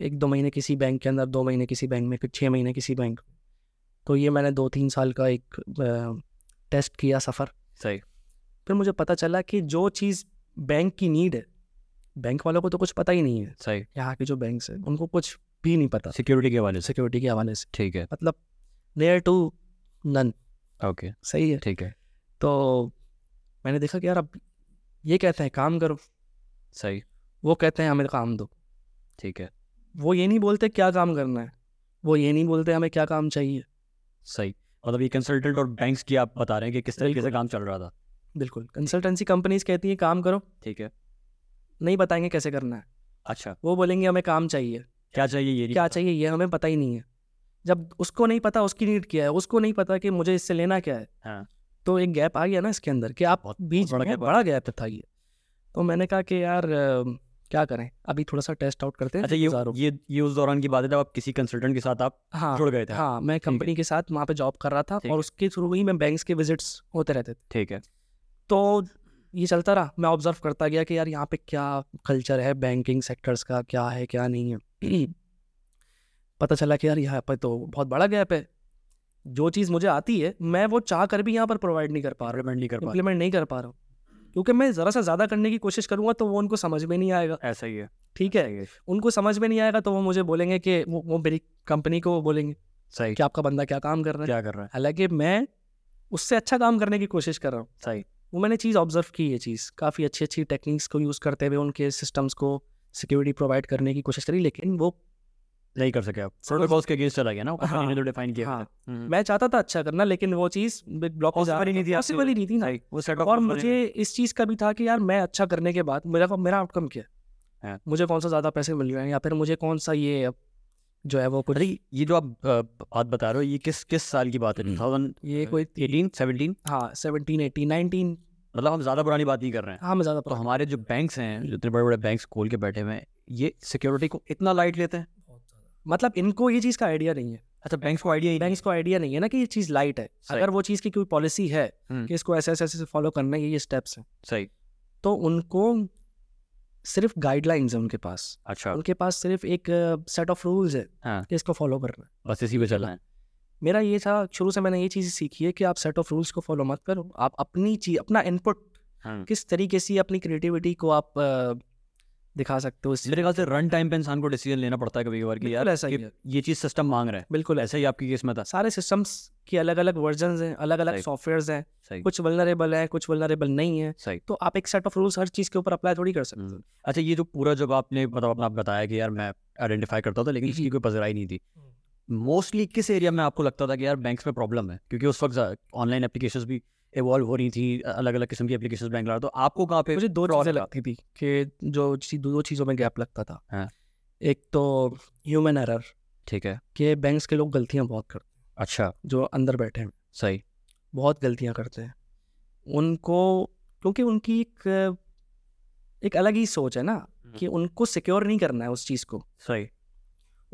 S2: एक दो महीने किसी बैंक के अंदर दो महीने किसी बैंक में फिर छः महीने किसी बैंक में तो ये मैंने दो तीन साल का एक टेस्ट किया सफ़र
S1: सही
S2: फिर मुझे पता चला कि जो चीज़ बैंक की नीड है बैंक वालों को तो कुछ पता ही नहीं है
S1: सही
S2: यहाँ के जो बैंक्स हैं उनको कुछ भी नहीं पता
S1: सिक्योरिटी के हवाले से
S2: सिक्योरिटी के हवाले से
S1: ठीक है
S2: मतलब नेयर टू नन
S1: ओके
S2: सही है
S1: ठीक है
S2: तो मैंने देखा कि यार अब ये कहते हैं काम करो
S1: सही
S2: वो कहते हैं हमें काम दो
S1: ठीक है
S2: वो ये नहीं बोलते क्या काम करना है वो ये नहीं बोलते हमें क्या काम चाहिए
S1: सही मतलब ये कंसल्टेंट और बैंक्स की आप बता रहे हैं कि किस तरीके से काम चल रहा था
S2: बिल्कुल कंसल्टेंसी कंपनीज कहती हैं काम करो
S1: ठीक है
S2: नहीं बताएंगे कैसे करना है
S1: अच्छा
S2: वो बोलेंगे हमें काम चाहिए
S1: क्या चाहिए ये नहीं
S2: क्या
S1: पता।
S2: चाहिए ये हमें पता ही नहीं है जब उसको नहीं पता उसकी नीड क्या है उसको नहीं पता कि मुझे इससे लेना क्या है
S1: हाँ।
S2: तो एक गैप आ गया ना इसके अंदर कि आप
S1: बहुत-
S2: बीच
S1: बहुत बड़ा
S2: में
S1: gap आ
S2: बड़ा गैप था ये तो मैंने कहा कि यार अ, क्या करें अभी थोड़ा सा टेस्ट आउट करते हैं
S1: अच्छा ये
S2: गुजारो।
S1: ये ये उस दौरान की बात है जब आप किसी कंसल्टेंट के साथ आप
S2: हाँ
S1: जुड़ गए थे
S2: हाँ मैं
S1: है।
S2: कंपनी के साथ वहाँ पे जॉब कर रहा था
S1: ठीक
S2: और
S1: है।
S2: उसके थ्रू ही मैं बैंक्स के विजिट्स होते रहते थे
S1: ठीक है
S2: तो ये चलता रहा मैं ऑब्जर्व करता गया कि यार यहाँ पे क्या कल्चर है बैंकिंग सेक्टर्स का क्या है क्या नहीं है पता चला कि यार यहाँ पे तो बहुत बड़ा गैप है जो चीज़ मुझे आती है मैं वो चाह कर भी यहाँ पर प्रोवाइड नहीं कर पा रहा
S1: इम्प्लीमेंट नहीं कर पा
S2: मतलब इम्प्लीमेंट नहीं कर पा रहा हूँ क्योंकि मैं ज़रा सा ज़्यादा करने की कोशिश करूँगा तो वो उनको समझ में नहीं आएगा
S1: ऐसा ही है
S2: ठीक है उनको समझ में नहीं आएगा तो वो मुझे बोलेंगे कि वो वो मेरी कंपनी को वो बोलेंगे
S1: सही
S2: कि आपका बंदा क्या काम कर रहा है
S1: क्या कर रहा है
S2: हालांकि मैं उससे अच्छा काम करने की कोशिश कर रहा हूँ
S1: सही
S2: वो मैंने चीज़ ऑब्जर्व की है चीज़ काफ़ी अच्छी अच्छी टेक्निक्स को यूज़ करते हुए उनके सिस्टम्स को सिक्योरिटी प्रोवाइड करने की कोशिश करी लेकिन वो
S1: हम्म। नहीं कर सके आप प्रोटोकॉल्स के अगेंस्ट चला गया ना वो कंपनी ने तो डिफाइन किया
S2: हाँ।
S1: मैं
S2: मैं चाहता था अच्छा करना लेकिन वो चीज़ ब्लॉक
S1: Possible ही नहीं थी आपसे।
S2: पॉसिबल ही नहीं थी ना
S1: वो सेट
S2: और मुझे इस चीज़ का भी था कि यार मैं अच्छा करने के बाद मेरा मेरा आउटकम क्या है
S1: हाँ।
S2: मुझे कौन सा ज़्यादा पैसे मिल रहे हैं या फिर मुझे कौन सा ये अब जो है वो कुछ
S1: ये जो आप अ, बात बता रहे हो ये किस किस साल की बात है
S2: हम्म।
S1: 2018
S2: ये कोई
S1: 17
S2: हाँ सेवनटीन एटीन नाइनटीन
S1: मतलब हम ज्यादा पुरानी बात नहीं कर रहे हैं
S2: हाँ मैं ज़्यादा
S1: तो हमारे जो बैंक्स हैं जो इतने बड़े बड़े बैंक्स खोल के बैठे हुए हैं ये सिक्योरिटी को इतना लाइट लेते हैं
S2: मतलब इनको ये चीज़ का आइडिया नहीं है
S1: अच्छा बैंक्स को आइडिया ही
S2: बैंक्स को आइडिया नहीं है ना कि ये चीज़ लाइट है
S1: सही।
S2: अगर वो चीज़ की कोई पॉलिसी है
S1: हम्म।
S2: कि इसको ऐसे ऐसे ऐसे फॉलो करना है ये स्टेप्स हैं
S1: सही
S2: तो उनको सिर्फ गाइडलाइंस है उनके पास
S1: अच्छा
S2: उनके पास सिर्फ एक सेट ऑफ रूल्स है
S1: हाँ।
S2: कि इसको फॉलो करना है
S1: बस इसी पे चला है
S2: मेरा ये था शुरू से मैंने ये चीज़ सीखी है कि आप सेट ऑफ रूल्स को फॉलो मत करो आप अपनी चीज अपना इनपुट
S1: हाँ।
S2: किस तरीके से अपनी क्रिएटिविटी को आप अ, दिखा सकते हो इस-
S1: मेरे ख्याल से रन टाइम पे इंसान को डिसीजन लेना पड़ता है कभी कभार कि
S2: बिल्कुल
S1: यार
S2: ऐसा ही
S1: कि
S2: है
S1: ये चीज़ सिस्टम मांग रहा है
S2: बिल्कुल ऐसा
S1: ऐसा ही आपके केस में था
S2: सारे सिस्टम्स के अलग अलग वर्जन हैं अलग अलग
S1: सही।
S2: सॉफ्टवेयर्स हैं
S1: सही
S2: कुछ वलनरेबल हैं कुछ वलनरेबल नहीं हैं
S1: सही
S2: तो आप एक सेट ऑफ रूल्स हर चीज़ के ऊपर अप्लाई थोड़ी कर सकते
S1: हम्म। अच्छा ये जो पूरा जब आपने मतलब अपना आप बताया कि यार मैं आइडेंटिफाई करता था लेकिन इसकी कोई पजराई नहीं थी मोस्टली किस एरिया में आपको लगता था कि यार बैंक्स में प्रॉब्लम है क्योंकि उस वक्त ऑनलाइन एप्लीकेशंस भी इवॉल्व हो रही थी अलग अलग किस्म की एप्लीकेशंस बैंक ला रहा तो आपको कहाँ पे
S2: मुझे दो
S1: fraud
S2: चीज़ें
S1: का।
S2: लगती थी कि जो ची- दो चीज़ों में गैप लगता था
S1: हाँ।
S2: एक तो ह्यूमन एरर
S1: ठीक है
S2: के बैंक्स के लोग गलतियां बहुत करते
S1: अच्छा
S2: हैं जो अंदर बैठे हैं
S1: सही
S2: बहुत गलतियां करते हैं उनको क्योंकि उनकी एक एक अलग ही सोच है ना
S1: हम्म।
S2: कि उनको सिक्योर नहीं करना है उस चीज़ को
S1: सही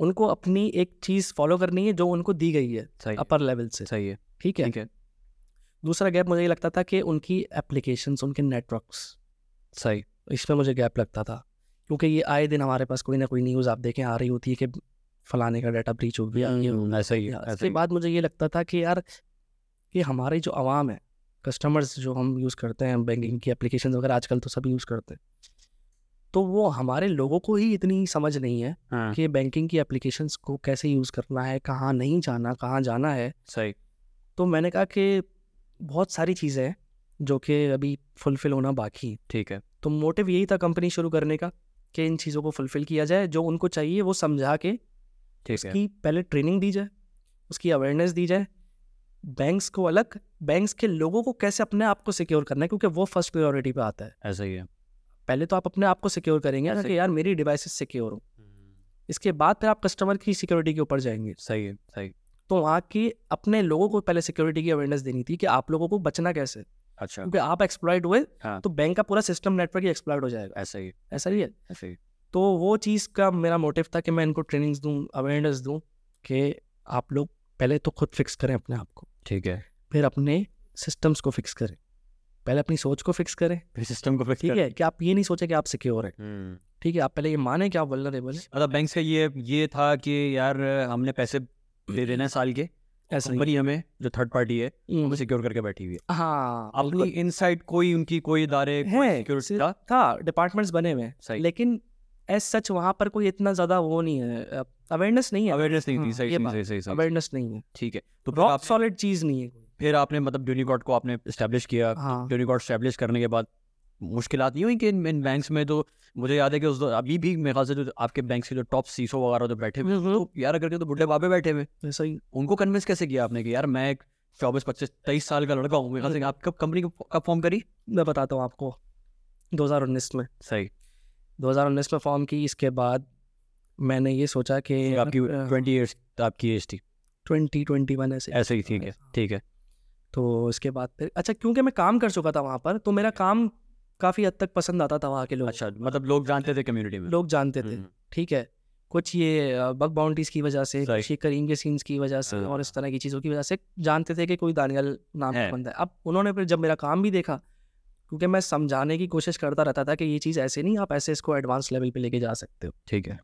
S2: उनको अपनी एक चीज़ फॉलो करनी है जो उनको दी गई है
S1: सही
S2: अपर लेवल से
S1: सही है
S2: ठीक है
S1: ठीक है
S2: दूसरा गैप मुझे ये लगता था कि उनकी एप्लीकेशंस उनके नेटवर्क्स
S1: सही
S2: इसमें मुझे गैप लगता था क्योंकि ये आए दिन हमारे पास कोई ना कोई न्यूज़ आप देखें आ रही होती है कि फलाने का डाटा ब्रीच हो गया ये हो
S1: हम्म, ऐसा ही है,
S2: गया
S1: ऐसा
S2: इसके
S1: ही
S2: बाद मुझे ये लगता था कि यार ये हमारे जो आवाम है कस्टमर्स जो हम यूज़ करते हैं बैंकिंग की एप्लीकेशन वगैरह आजकल तो सभी यूज़ करते हैं तो वो हमारे लोगों को ही इतनी समझ नहीं है
S1: हाँ,
S2: कि बैंकिंग की एप्लीकेशंस को कैसे यूज़ करना है कहाँ नहीं जाना कहाँ जाना है
S1: सही
S2: तो मैंने कहा कि बहुत सारी चीज़ें हैं जो कि अभी फुलफिल होना बाकी है
S1: ठीक है
S2: तो मोटिव यही था कंपनी शुरू करने का कि इन चीज़ों को फुलफिल किया जाए जो उनको चाहिए वो समझा के
S1: ठीक है
S2: उसकी पहले ट्रेनिंग दी जाए उसकी अवेयरनेस दी जाए बैंक्स को अलग बैंक्स के लोगों को कैसे अपने आप को सिक्योर करना है क्योंकि वो फर्स्ट प्रायोरिटी पे आता है
S1: ऐसा ही है
S2: पहले तो आप अपने आप को सिक्योर करेंगे अगर
S1: सही।
S2: कि यार मेरी डिवाइसेस सिक्योर हो
S1: Hmm.
S2: इसके बाद फिर आप कस्टमर की सिक्योरिटी के ऊपर जाएंगे
S1: सही है सही
S2: तो वहाँ की अपने लोगों को पहले सिक्योरिटी की अवेयरनेस देनी थी कि आप लोगों को बचना कैसे है।
S1: अच्छा
S2: क्योंकि आप एक्सप्लॉयड हुए
S1: हाँ।
S2: तो बैंक का पूरा सिस्टम नेटवर्क ही एक्सप्लॉयड हो जाएगा
S1: ऐसा ही
S2: ऐसा ही है
S1: ऐसा ही
S2: तो वो चीज़ का मेरा मोटिव था कि मैं इनको ट्रेनिंग्स दूँ अवेयरनेस दूँ कि आप लोग पहले तो खुद फिक्स करें अपने आप को
S1: ठीक है
S2: फिर अपने सिस्टम्स को फिक्स करें पहले अपनी सोच को फिक्स करें
S1: फिर सिस्टम को Hmm. फिक्स
S2: ठीक है कि आप ये नहीं सोचें कि आप सिक्योर हैं
S1: है
S2: ठीक है आप पहले ये माने कि आप वल्लरेबल हैं
S1: मतलब बैंक से ये ये था कि यार हमने पैसे दे देना है साल के
S2: ऐसा
S1: कंपनी हमें जो थर्ड पार्टी है
S2: ही
S1: वो सिक्योर करके बैठी हुई है
S2: हम्म। हाँ
S1: अपनी
S2: बिल्कुल।
S1: इनसाइट कोई उनकी कोई इदारे कोई
S2: है,
S1: security
S2: से-
S1: था
S2: था डिपार्टमेंट्स बने हुए हैं
S1: सही
S2: लेकिन एज सच वहाँ पर कोई इतना ज़्यादा वो नहीं है अवेयरनेस नहीं है
S1: अवेयरनेस नहीं थी
S2: हाँ,
S1: सही
S2: ये
S1: सही
S2: बात-
S1: सही सही सही
S2: अवेयरनेस नहीं है
S1: ठीक है तो फिर
S2: रॉक
S1: आपने-
S2: सॉलिड चीज़ नहीं है
S1: फिर आपने मतलब यूनिकॉट को आपने इस्टेब्लिश किया
S2: हाँ
S1: यूनिकॉट इस्टेब्लिश करने के बाद मुश्किलात नहीं हुई कि इन इन बैंक्स में तो मुझे याद है कि उस दौ- अभी भी मेरे ख्याल से जो आपके बैंक के जो टॉप सीसो वगैरह जो बैठे हुए
S2: बिल्कुल,
S1: तो यार करके तो बुढ़े बाबे बैठे हुए
S2: ऐसा ही
S1: उनको कन्विंस कैसे किया आपने कि यार मैं एक चौबीस पच्चीस तेईस साल का लड़का हूँ मेरे ख्याल से आप कब कंपनी को- कब फॉर्म करी
S2: मैं बताता हूँ आपको 2019 में
S1: सही
S2: 2019 में फॉर्म की इसके बाद मैंने ये सोचा कि
S1: ये आपकी ट्वेंटी ईयर्स आपकी एज थी
S2: ट्वेंटी ट्वेंटी वन ऐसे
S1: ऐसे ही ठीक है ठीक है
S2: तो इसके बाद फिर अच्छा क्योंकि मैं काम कर चुका था वहाँ पर तो मेरा काम काफ़ी हद तक पसंद आता था वहाँ के लोग
S1: अच्छा मतलब लोग जानते थे कम्युनिटी में
S2: लोग जानते थे
S1: हम्म,
S2: ठीक है कुछ ये बग बाउंड्रीज की वजह से
S1: सही।
S2: कुछ ये करीम के सीन्स की वजह से
S1: हाँ।
S2: और इस तरह की चीज़ों की वजह से जानते थे कि कोई दानियल नाम का
S1: है।
S2: बंदा है अब उन्होंने फिर जब मेरा काम भी देखा क्योंकि मैं समझाने की कोशिश करता रहता था कि ये चीज़ ऐसे नहीं आप ऐसे इसको एडवांस लेवल पे लेके जा सकते हो
S1: ठीक है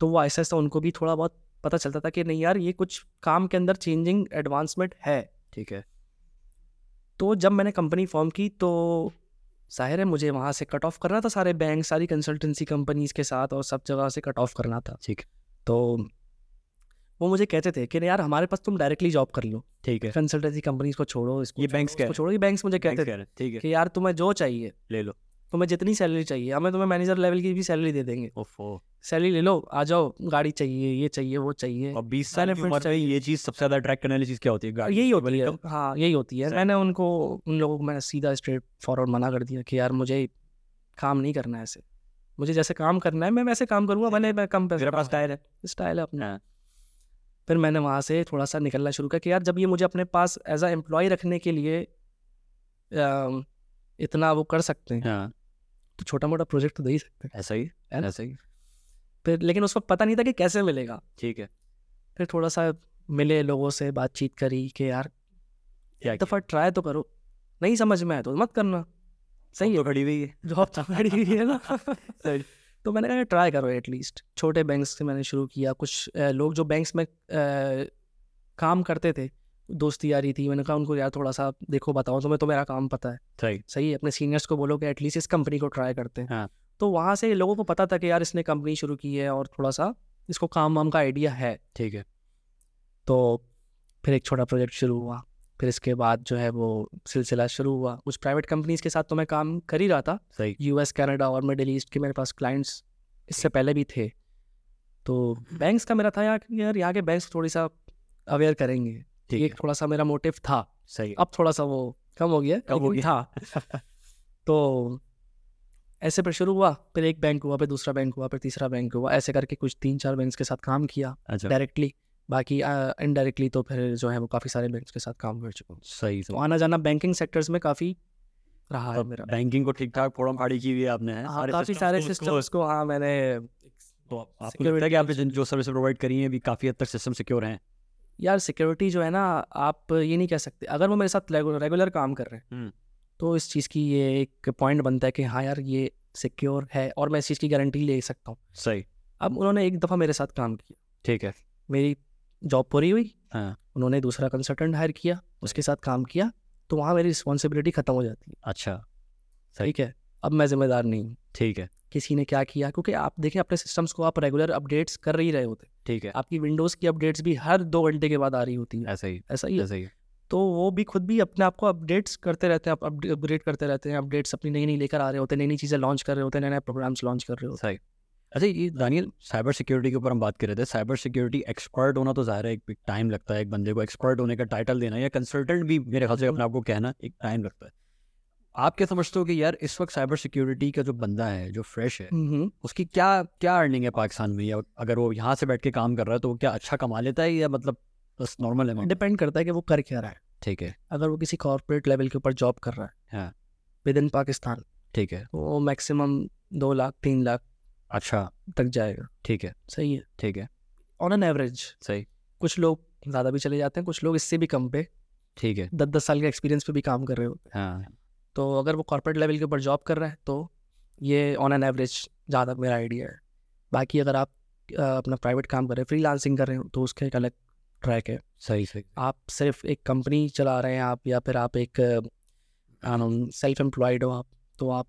S2: तो वो ऐसा ऐसा उनको भी थोड़ा बहुत पता चलता था कि नहीं यार ये कुछ काम के अंदर चेंजिंग एडवांसमेंट है
S1: ठीक है
S2: तो जब मैंने कंपनी फॉर्म की तो जाहिर है मुझे वहाँ से कट ऑफ करना था सारे बैंक सारी कंसल्टेंसी कंपनीज के साथ और सब जगह से कट ऑफ करना था
S1: ठीक।
S2: तो वो मुझे कहते थे कि यार हमारे पास तुम डायरेक्टली जॉब कर लो
S1: ठीक है
S2: कंसल्टेंसी कंपनीज को छोड़ो इसको
S1: ये
S2: छोड़ो,
S1: banks कह
S2: उसको
S1: रहे
S2: छोड़ो ये बैंक्स मुझे कहते
S1: Thanks
S2: थे
S1: कह रहे हैं, ठीक है
S2: कि यार तुम्हें जो चाहिए
S1: ले लो
S2: तुम्हें जितनी सैलरी चाहिए हमें तुम्हें मैनेजर लेवल की भी सैलरी दे देंगे
S1: ओफो
S2: सैलरी ले लो आ जाओ गाड़ी चाहिए ये चाहिए वो चाहिए
S1: और 20 साल की
S2: Benefits
S1: उम्र में ये चीज सबसे ज्यादा अट्रैक्ट करने वाली चीज क्या होती है गाड़ी
S2: यही
S1: stable
S2: होती है
S1: income।
S2: हाँ यही होती है
S1: सही।
S2: मैंने उनको उन लोगों को मैंने सीधा स्ट्रेट फॉरवर्ड मना कर दिया कि यार मुझे काम नहीं करना है ऐसे मुझे जैसे काम करना है मैं वैसे काम करूँगा भले मैं कम पैसे
S1: मेरा पास टायर है
S2: स्टाइल है अपना
S1: हाँ।
S2: फिर मैंने वहाँ से थोड़ा सा निकलना शुरू किया कि यार जब ये मुझे अपने पास एज अ एम्प्लॉय रखने के लिए अम, इतना वो कर सकते हैं
S1: हाँ
S2: तो छोटा मोटा प्रोजेक्ट तो दे ही सकते हैं
S1: ऐसा ही
S2: है ना?
S1: ऐसा ही
S2: फिर लेकिन उस वक्त पता नहीं था कि कैसे मिलेगा
S1: ठीक है
S2: फिर थोड़ा सा मिले लोगों से बातचीत करी कि यार
S1: क्या
S2: एक दफ़ा ट्राई तो करो नहीं समझ में आया तो मत करना सही
S1: सही
S2: है
S1: तो खड़ी हुई है
S2: जॉब तो पड़ी हुई है ना
S1: सही।
S2: तो मैंने कहा ट्राई करो एटलीस्ट छोटे बैंक से मैंने शुरू किया कुछ अ, लोग जो बैंक्स में अ, काम करते थे दोस्ती आ रही थी मैंने कहा उनको यार थोड़ा सा देखो बताओ तुम्हें तो मेरा काम पता है
S1: सही
S2: सही है अपने सीनियर्स को बोलो कि एटलीस्ट इस कंपनी को ट्राई करते हैं
S1: हाँ।
S2: तो वहाँ से लोगों को पता था कि यार इसने कंपनी शुरू की है और थोड़ा सा इसको काम वाम का आइडिया है
S1: ठीक है
S2: तो फिर एक छोटा प्रोजेक्ट शुरू हुआ फिर इसके बाद जो है वो सिलसिला शुरू हुआ कुछ प्राइवेट कंपनीज के साथ तो मैं काम कर ही रहा था
S1: सही
S2: यूएस कनाडा और मिडिल ईस्ट के मेरे पास क्लाइंट्स इससे पहले भी थे तो
S1: हम्म।
S2: बैंक्स का मेरा था यार कि यार यहाँ के बैंक्स थोड़ी सा अवेयर करेंगे
S1: ठीक
S2: ये एक
S1: है
S2: थोड़ा सा मेरा मोटिव था
S1: सही है
S2: अब थोड़ा सा वो कम हो गया
S1: कम हो
S2: लेकिन था तो ऐसे पर शुरू हुआ फिर एक बैंक हुआ फिर दूसरा बैंक हुआ फिर तीसरा बैंक हुआ ऐसे करके कुछ तीन चार बैंक्स के साथ काम किया
S1: अच्छा
S2: डायरेक्टली बाकी इनडायरेक्टली तो फिर जो है वो काफ़ी सारे बैंक्स के साथ काम कर चुका हूँ
S1: सही
S2: तो आना जाना बैंकिंग सेक्टर्स में काफ़ी रहा है मेरा
S1: बैंकिंग को ठीक ठाक फोड़म फाड़ी की हुई है आपने है?
S2: हाँ काफ़ी सारे सिस्टम्स को हाँ मैंने
S1: तो आप- आपको
S2: security
S1: लगता है कि आपने जिन- जो सर्विस प्रोवाइड करी है भी काफी हद तक सिस्टम सिक्योर हैं
S2: यार सिक्योरिटी जो है ना आप ये नहीं कह सकते अगर वो मेरे साथ रेगुलर काम कर रहे हैं
S1: हम्म।
S2: तो इस चीज़ की ये एक पॉइंट बनता है कि हाँ यार ये सिक्योर है और मैं इस चीज़ की गारंटी ले सकता हूँ
S1: सही
S2: अब उन्होंने एक दफ़ा मेरे साथ काम किया
S1: ठीक है
S2: मेरी जॉब पूरी हुई
S1: हाँ।
S2: उन्होंने दूसरा कंसल्टेंट हायर किया उसके साथ काम किया तो वहाँ मेरी रिस्पॉन्सिबिलिटी ख़त्म हो जाती है
S1: अच्छा सही।
S2: ठीक है अब मैं जिम्मेदार नहीं हूँ
S1: ठीक है
S2: किसी ने क्या किया क्योंकि आप देखें अपने सिस्टम्स को आप रेगुलर अपडेट्स कर ही रहे होते हैं।
S1: ठीक है
S2: आपकी विंडोज़ की अपडेट्स भी हर दो घंटे के बाद आ रही होती है
S1: ऐसा ही
S2: ऐसा ही है।
S1: ऐसा ही
S2: तो वो भी खुद भी अपने आप को अपडेट्स करते रहते हैं अप- अपग्रेड करते रहते हैं अपडेट्स अपनी नई नई लेकर आ रहे होते हैं नई नई चीज़ें लॉन्च कर रहे होते हैं नए नए प्रोग्राम्स लॉन्च कर रहे होते
S1: सही अच्छा ये दानियल साइबर सिक्योरिटी के ऊपर हम बात कर रहे थे साइबर सिक्योरिटी एक्सपर्ट होना तो जाहिर है एक टाइम लगता है एक बंदे को एक्सपर्ट होने का टाइटल देना या कंसल्टेंट भी मेरे ख्याल से अपने आप को कहना एक टाइम लगता है आप क्या समझते हो कि यार इस वक्त साइबर सिक्योरिटी का जो बंदा है जो फ्रेश है
S2: हैं हम्म।
S1: उसकी क्या क्या अर्निंग है पाकिस्तान में या अगर वो यहाँ से बैठ के काम कर रहा है तो वो क्या अच्छा कमा लेता है या मतलब बस नॉर्मल है
S2: डिपेंड करता है कि वो कर क्या रहा है
S1: ठीक है
S2: अगर वो किसी कॉर्पोरेट लेवल के ऊपर जॉब कर रहा है
S1: हाँ।
S2: विद इन पाकिस्तान
S1: ठीक है
S2: तो वो मैक्सिमम दो लाख तीन लाख
S1: अच्छा
S2: तक जाएगा
S1: ठीक है
S2: सही है
S1: ठीक है
S2: ऑन एन एवरेज
S1: सही
S2: कुछ लोग ज़्यादा भी चले जाते हैं कुछ लोग इससे भी कम पे
S1: ठीक है
S2: दस दस साल के एक्सपीरियंस पे भी काम कर रहे होते हैं
S1: हाँ
S2: तो अगर वो कॉर्पोरेट लेवल के ऊपर जॉब कर रहा है तो ये ऑन एन एवरेज जहाँ तक मेरा आइडिया है बाकी अगर आप अ, अपना प्राइवेट काम कर रहे हैं फ्रीलांसिंग कर रहे हो तो उसका एक अलग ट्रैक है
S1: सही सही
S2: आप सिर्फ एक कंपनी चला रहे हैं आप या फिर आप एक सेल्फ एम्प्लॉयड हो आप तो आप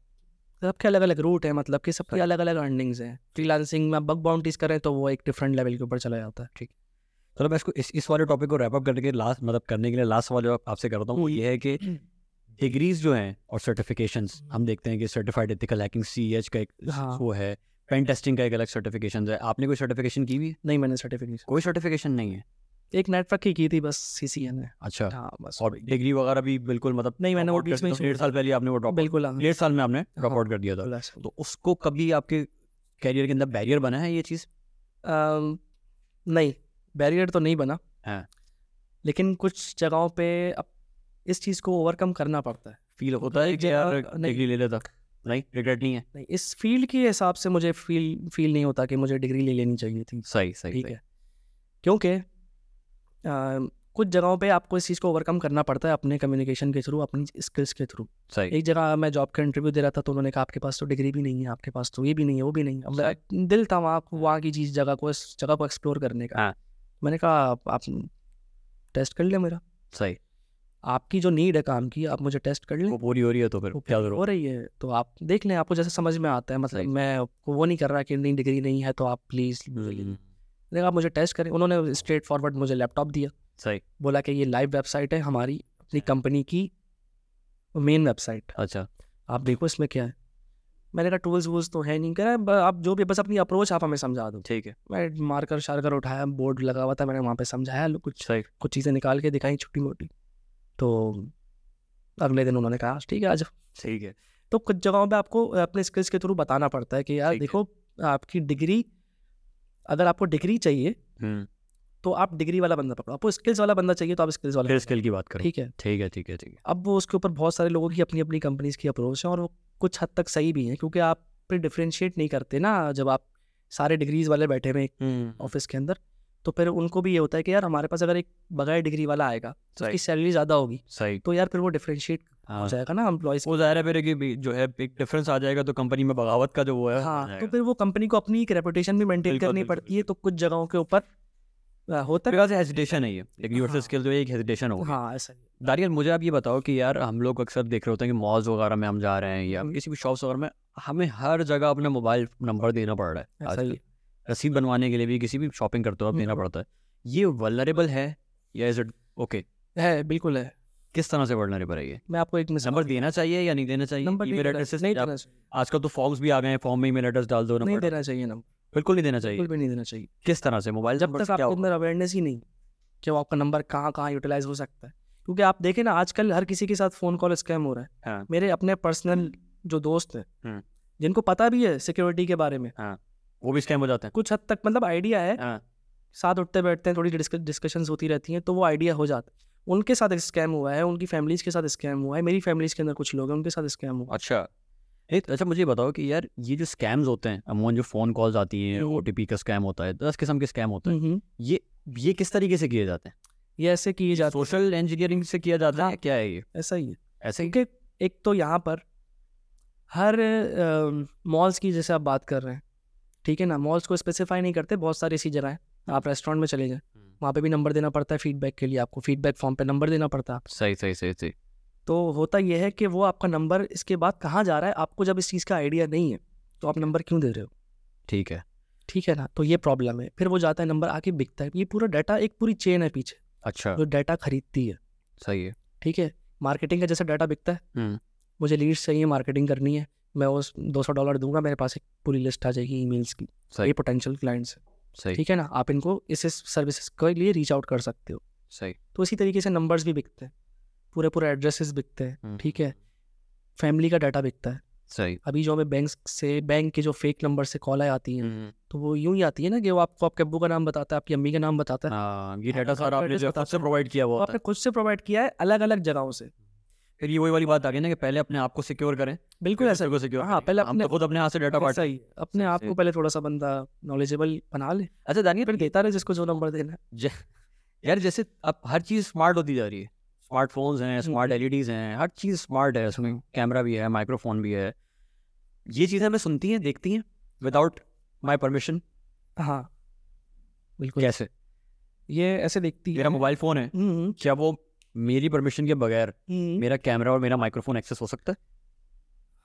S2: सबके अलग अलग रूट है मतलब कि सबके
S1: Right.
S2: अलग अलग अर्निंग्स हैं फ्रीलांसिंग में आप बग बाउंड्रीज करें तो वो एक डिफरेंट लेवल के ऊपर चला जाता है ठीक
S1: चलो तो मैं इसको इस इस वाले टॉपिक को रैप अप करने के लिए लास्ट मतलब करने के लिए लास्ट सवाल जो आप- आपसे करता हूँ वो ये है कि डिग्रीज जो हैं और सर्टिफिकेशंस हम देखते हैं कि certified ethical hacking C H E का एक
S2: Hmm. हाँ।
S1: वो है पेन टेस्टिंग का एक अलग सर्टिफिकेशन है आपने कोई सर्टिफिकेशन की भी है?
S2: नहीं मैंने सर्टिफिकेशन
S1: कोई सर्टिफिकेशन नहीं है
S2: एक नेटवर्क की की थी बस सी सी एन
S1: अच्छा
S2: हाँ बस
S1: और डिग्री वगैरह भी बिल्कुल मतलब
S2: नहीं मैंने वो
S1: drop out
S2: बीच में
S1: कर- डेढ़ साल पहले आपने वो ड्रॉप
S2: बिल्कुल हाँ,
S1: डेढ़ साल में आपने ड्रॉप
S2: हाँ।
S1: आउट कर दिया था
S2: बिल्कुल ऐसा।
S1: तो उसको कभी आपके कैरियर के अंदर बैरियर बना है ये चीज़
S2: अम, नहीं बैरियर तो नहीं बना
S1: हाँ।
S2: लेकिन कुछ जगहों पे अब इस चीज़ को ओवरकम करना पड़ता है
S1: फील होता है कि यार
S2: नहीं।
S1: डिग्री ले लेता नहीं रिग्रेट नहीं है
S2: नहीं इस फील्ड के हिसाब से मुझे फील फील नहीं होता कि मुझे डिग्री ले लेनी चाहिए थी
S1: सही सही
S2: ठीक है क्योंकि अम, कुछ जगहों पे आपको इस चीज़ को ओवरकम करना पड़ता है अपने कम्युनिकेशन के थ्रू अपनी स्किल्स के थ्रू
S1: सही
S2: एक जगह मैं जॉब का इंटरव्यू दे रहा था तो उन्होंने कहा आपके पास तो डिग्री भी नहीं है आपके पास तो ये भी नहीं है वो भी नहीं है अब
S1: हाँ।
S2: मैं- दिल था वहाँ वहाँ की चीज़ जगह को इस जगह को एक्सप्लोर करने का
S1: हाँ।
S2: मैंने कहा आप, आप टेस्ट कर लिया मेरा
S1: सही
S2: आपकी जो नीड है काम की आप मुझे टेस्ट कर लें
S1: वो पूरी हो रही है तो फिर क्या
S2: हो
S1: जरूरत
S2: रही है तो आप देख लें आपको जैसे समझ में आता है मतलब
S1: Right.
S2: मैं आपको वो नहीं कर रहा कि नहीं डिग्री नहीं है तो आप प्लीज़
S1: हम्म,
S2: आप मुझे टेस्ट करें उन्होंने स्ट्रेट फॉरवर्ड मुझे लैपटॉप दिया
S1: सही
S2: बोला कि ये लाइव वेबसाइट है हमारी अपनी कंपनी की मेन वेबसाइट
S1: अच्छा
S2: आप देखो इसमें क्या है मैंने कहा टूल्स वूल्स तो है नहीं कह रहा "ब- आप जो भी बस अपनी अप्रोच आप हमें समझा दो
S1: ठीक है
S2: मैं मार्कर शार्कर उठाया बोर्ड लगा हुआ था मैंने वहाँ पे समझाया लो कुछ
S1: सही
S2: कुछ चीज़ें निकाल के दिखाई छोटी मोटी तो अगले दिन उन्होंने कहा ठीक है आज
S1: ठीक है
S2: तो कुछ जगहों पे आपको अपने स्किल्स के थ्रू बताना पड़ता है कि यार
S1: ठीक है।
S2: देखो आपकी डिग्री अगर आपको डिग्री चाहिए
S1: हम्म,
S2: तो आप डिग्री वाला बंदा पकड़ो आपको स्किल्स वाला बंदा चाहिए तो आप स्किल्स वाला
S1: फिर
S2: बंदा
S1: स्किल की बात
S2: पकड़ो।
S1: करें
S2: ठीक है
S1: ठीक है ठीक है ठीक है
S2: अब वो उसके ऊपर बहुत सारे लोगों की अपनी अपनी कंपनीज की अप्रोच है और वो कुछ हद तक सही भी है क्योंकि आप फिर डिफ्रेंशिएट नहीं करते ना जब आप सारे डिग्रीज वाले बैठे हुए हैं
S1: हम्म,
S2: ऑफिस के अंदर तो फिर उनको भी ये होता है कि यार हमारे पास अगर एक बगैर डिग्री वाला आएगा तो उसकी
S1: सही
S2: सैलरी ज़्यादा होगी
S1: सही
S2: तो यार फिर वो डिफ्रेंशिएट
S1: हाँ
S2: हो जाएगा ना एम्प्लॉयज़
S1: वो जाहिर है फिर कि भी जो है एक डिफरेंस आ जाएगा तो कंपनी में बगावत का जो वो है आ
S2: हाँ तो
S1: जाएगा।
S2: फिर वो कंपनी को अपनी एक रेपुटेशन भी मेंटेन
S1: बिल्कुल,
S2: करनी
S1: बिल्कुल,
S2: पड़ती है तो कुछ जगहों के ऊपर आ, होता है
S1: मेरे ख्याल से हेजिटेशन है ये लेकिन
S2: हाँ।
S1: यूर स्किल जो है एक हेजिटेशन होगा
S2: हाँ ऐसा ही है।
S1: दानियल मुझे आप ये बताओ कि यार हम लोग अक्सर देख रहे होते हैं कि मॉल्स वगैरह में हम जा रहे हैं या
S2: हम्म।
S1: किसी भी शॉप्स वगैरह में हमें हर जगह अपना मोबाइल नंबर देना पड़ रहा है
S2: ऐसा ही है।
S1: आजकल रसीद बनवाने के लिए भी किसी भी शॉपिंग करते हो आप देना
S2: हम्म।
S1: पड़ता है ये वलरेबल है या इज इट ओके
S2: है बिल्कुल है
S1: किस तरह से वलरेबल है ये
S2: मैं आपको एक मिसाल
S1: नंबर देना चाहिए या नहीं देना चाहिए
S2: नंबर नहीं
S1: ईमेल
S2: देना
S1: एड्रेस
S2: नहीं देना चाहिए
S1: आजकल तो फॉर्म्स भी आ गए हैं फॉर्म में ईमेल एड्रेस डाल दो
S2: नहीं
S1: नंबर
S2: देना चाहिए नंबर
S1: बिल्कुल नहीं देना चाहिए
S2: बिल्कुल भी नहीं देना चाहिए
S1: किस तरह से मोबाइल
S2: जब तक आपके अंदर अवेयरनेस ही नहीं कि वो आपका नंबर कहाँ कहाँ यूटिलाइज हो सकता है क्योंकि आप देखें ना आजकल हर किसी के साथ फ़ोन कॉल स्कैम हो रहा है
S1: हाँ।
S2: मेरे अपने पर्सनल जो दोस्त हैं
S1: हम्म।
S2: जिनको पता भी है सिक्योरिटी के बारे में
S1: वो भी स्कैम हो जाते हैं
S2: कुछ हद तक मतलब आइडिया है
S1: हाँ,
S2: साथ उठते बैठते हैं थोड़ी डिस्कशंस होती रहती हैं तो वो आइडिया हो जाता है उनके साथ स्कैम हुआ है उनकी फैमिलीज के साथ स्कैम हुआ है मेरी फैमिलीज के अंदर कुछ लोग हैं उनके साथ स्कैम हुआ
S1: अच्छा ए, तो अच्छा मुझे ये बताओ कि यार ये जो स्कैम्स होते हैं अमूमन जो फ़ोन कॉल्स आती हैं
S2: हम्म।
S1: ओ का स्कैम होता है दस किस्म के स्कैम होते हैं
S2: है हम्म,
S1: ये ये किस तरीके से किए जाते हैं
S2: ये ऐसे किए जाते हाँ।
S1: सोशल इंजीनियरिंग से किया जाता है क्या है ये
S2: हैं ऐसा ही है
S1: ऐसे ही
S2: क्योंकि एक तो यहाँ पर हर मॉल्स की जैसे आप बात कर रहे हैं ठीक है ना मॉल्स को स्पेसिफाई नहीं करते बहुत सारी ऐसी जगह हैं आप रेस्टोरेंट में चले जाएं वहाँ पे भी नंबर देना पड़ता है फीडबैक के लिए आपको फीडबैक फॉर्म पे नंबर देना पड़ता है
S1: सही सही सही सही
S2: तो होता यह है कि वो आपका नंबर इसके बाद कहाँ जा रहा है आपको जब इस चीज़ का आइडिया नहीं है तो आप नंबर क्यों दे रहे हो
S1: ठीक है
S2: ठीक है ना तो ये प्रॉब्लम है फिर वो जाता है नंबर आके बिकता है ये पूरा डाटा एक पूरी चेन है पीछे
S1: अच्छा
S2: जो डाटा खरीदती है
S1: सही है
S2: ठीक है मार्केटिंग का जैसा डाटा बिकता है
S1: हम्म।
S2: मुझे लीड्स चाहिए मार्केटिंग करनी है मैं उस दो सौ डॉलर दूंगा मेरे पास एक पूरी लिस्ट आ जाएगी ईमेल्स की
S1: सही।
S2: ये पोटेंशियल क्लाइंट्स हैं
S1: सही
S2: ठीक है ना आप इनको इस इस सर्विसेज के लिए रीच आउट कर सकते हो
S1: सही
S2: तो इसी तरीके से नंबर्स भी बिकते हैं पूरे पूरे एड्रेसेस बिकते हैं ठीक है
S1: हम्म,
S2: फैमिली का डाटा बिकता है
S1: सही
S2: अभी जो हमें बैंक से बैंक के जो फेक नंबर से कॉलें आती हैं
S1: हम्म,
S2: तो वो यूं ही आती है ना कि वो आपको आपके अब्बू का नाम बताता है आपकी अम्मी का नाम बताता है
S1: हाँ, ये
S2: हाँ,
S1: डाटा सारा आपने हाँ, जो
S2: address
S1: है खुद से प्रोवाइड किया
S2: वो
S1: हुआ होता
S2: आपने
S1: है
S2: खुद से प्रोवाइड किया है अलग अलग जगहों से
S1: फिर ये वही वाली बात आ गई ना कि पहले अपने आप को सिक्योर करें
S2: बिल्कुल
S1: फिर
S2: ऐसा
S1: दूसरे को सिक्योर
S2: हाँ, पहले
S1: हम तो
S2: अपने-
S1: खुद अपने हाथ से डाटा बांट
S2: ऐसा ही है। अपने
S1: सही,
S2: आप
S1: सही।
S2: को पहले थोड़ा सा बंदा नॉलेजेबल बना ले
S1: अच्छा दानियल
S2: फिर देता रहे जिसको जो नंबर देना है
S1: यार जैसे अब हर चीज़ स्मार्ट होती जा रही है स्मार्टफोन्स हैं स्मार्ट एलईडीज हैं हर चीज़ स्मार्ट है उसमें कैमरा भी है माइक्रोफोन भी है ये चीज़ें हमें सुनती हैं देखती हैं विदाउट माई परमिशन
S2: हाँ बिल्कुल
S1: कैसे
S2: ये ऐसे देखती है
S1: मेरा मोबाइल फ़ोन है
S2: हम्म, हम्म,
S1: क्या वो मेरी परमिशन के बगैर
S2: हम्म,
S1: मेरा कैमरा और मेरा माइक्रोफोन एक्सेस हो सकता है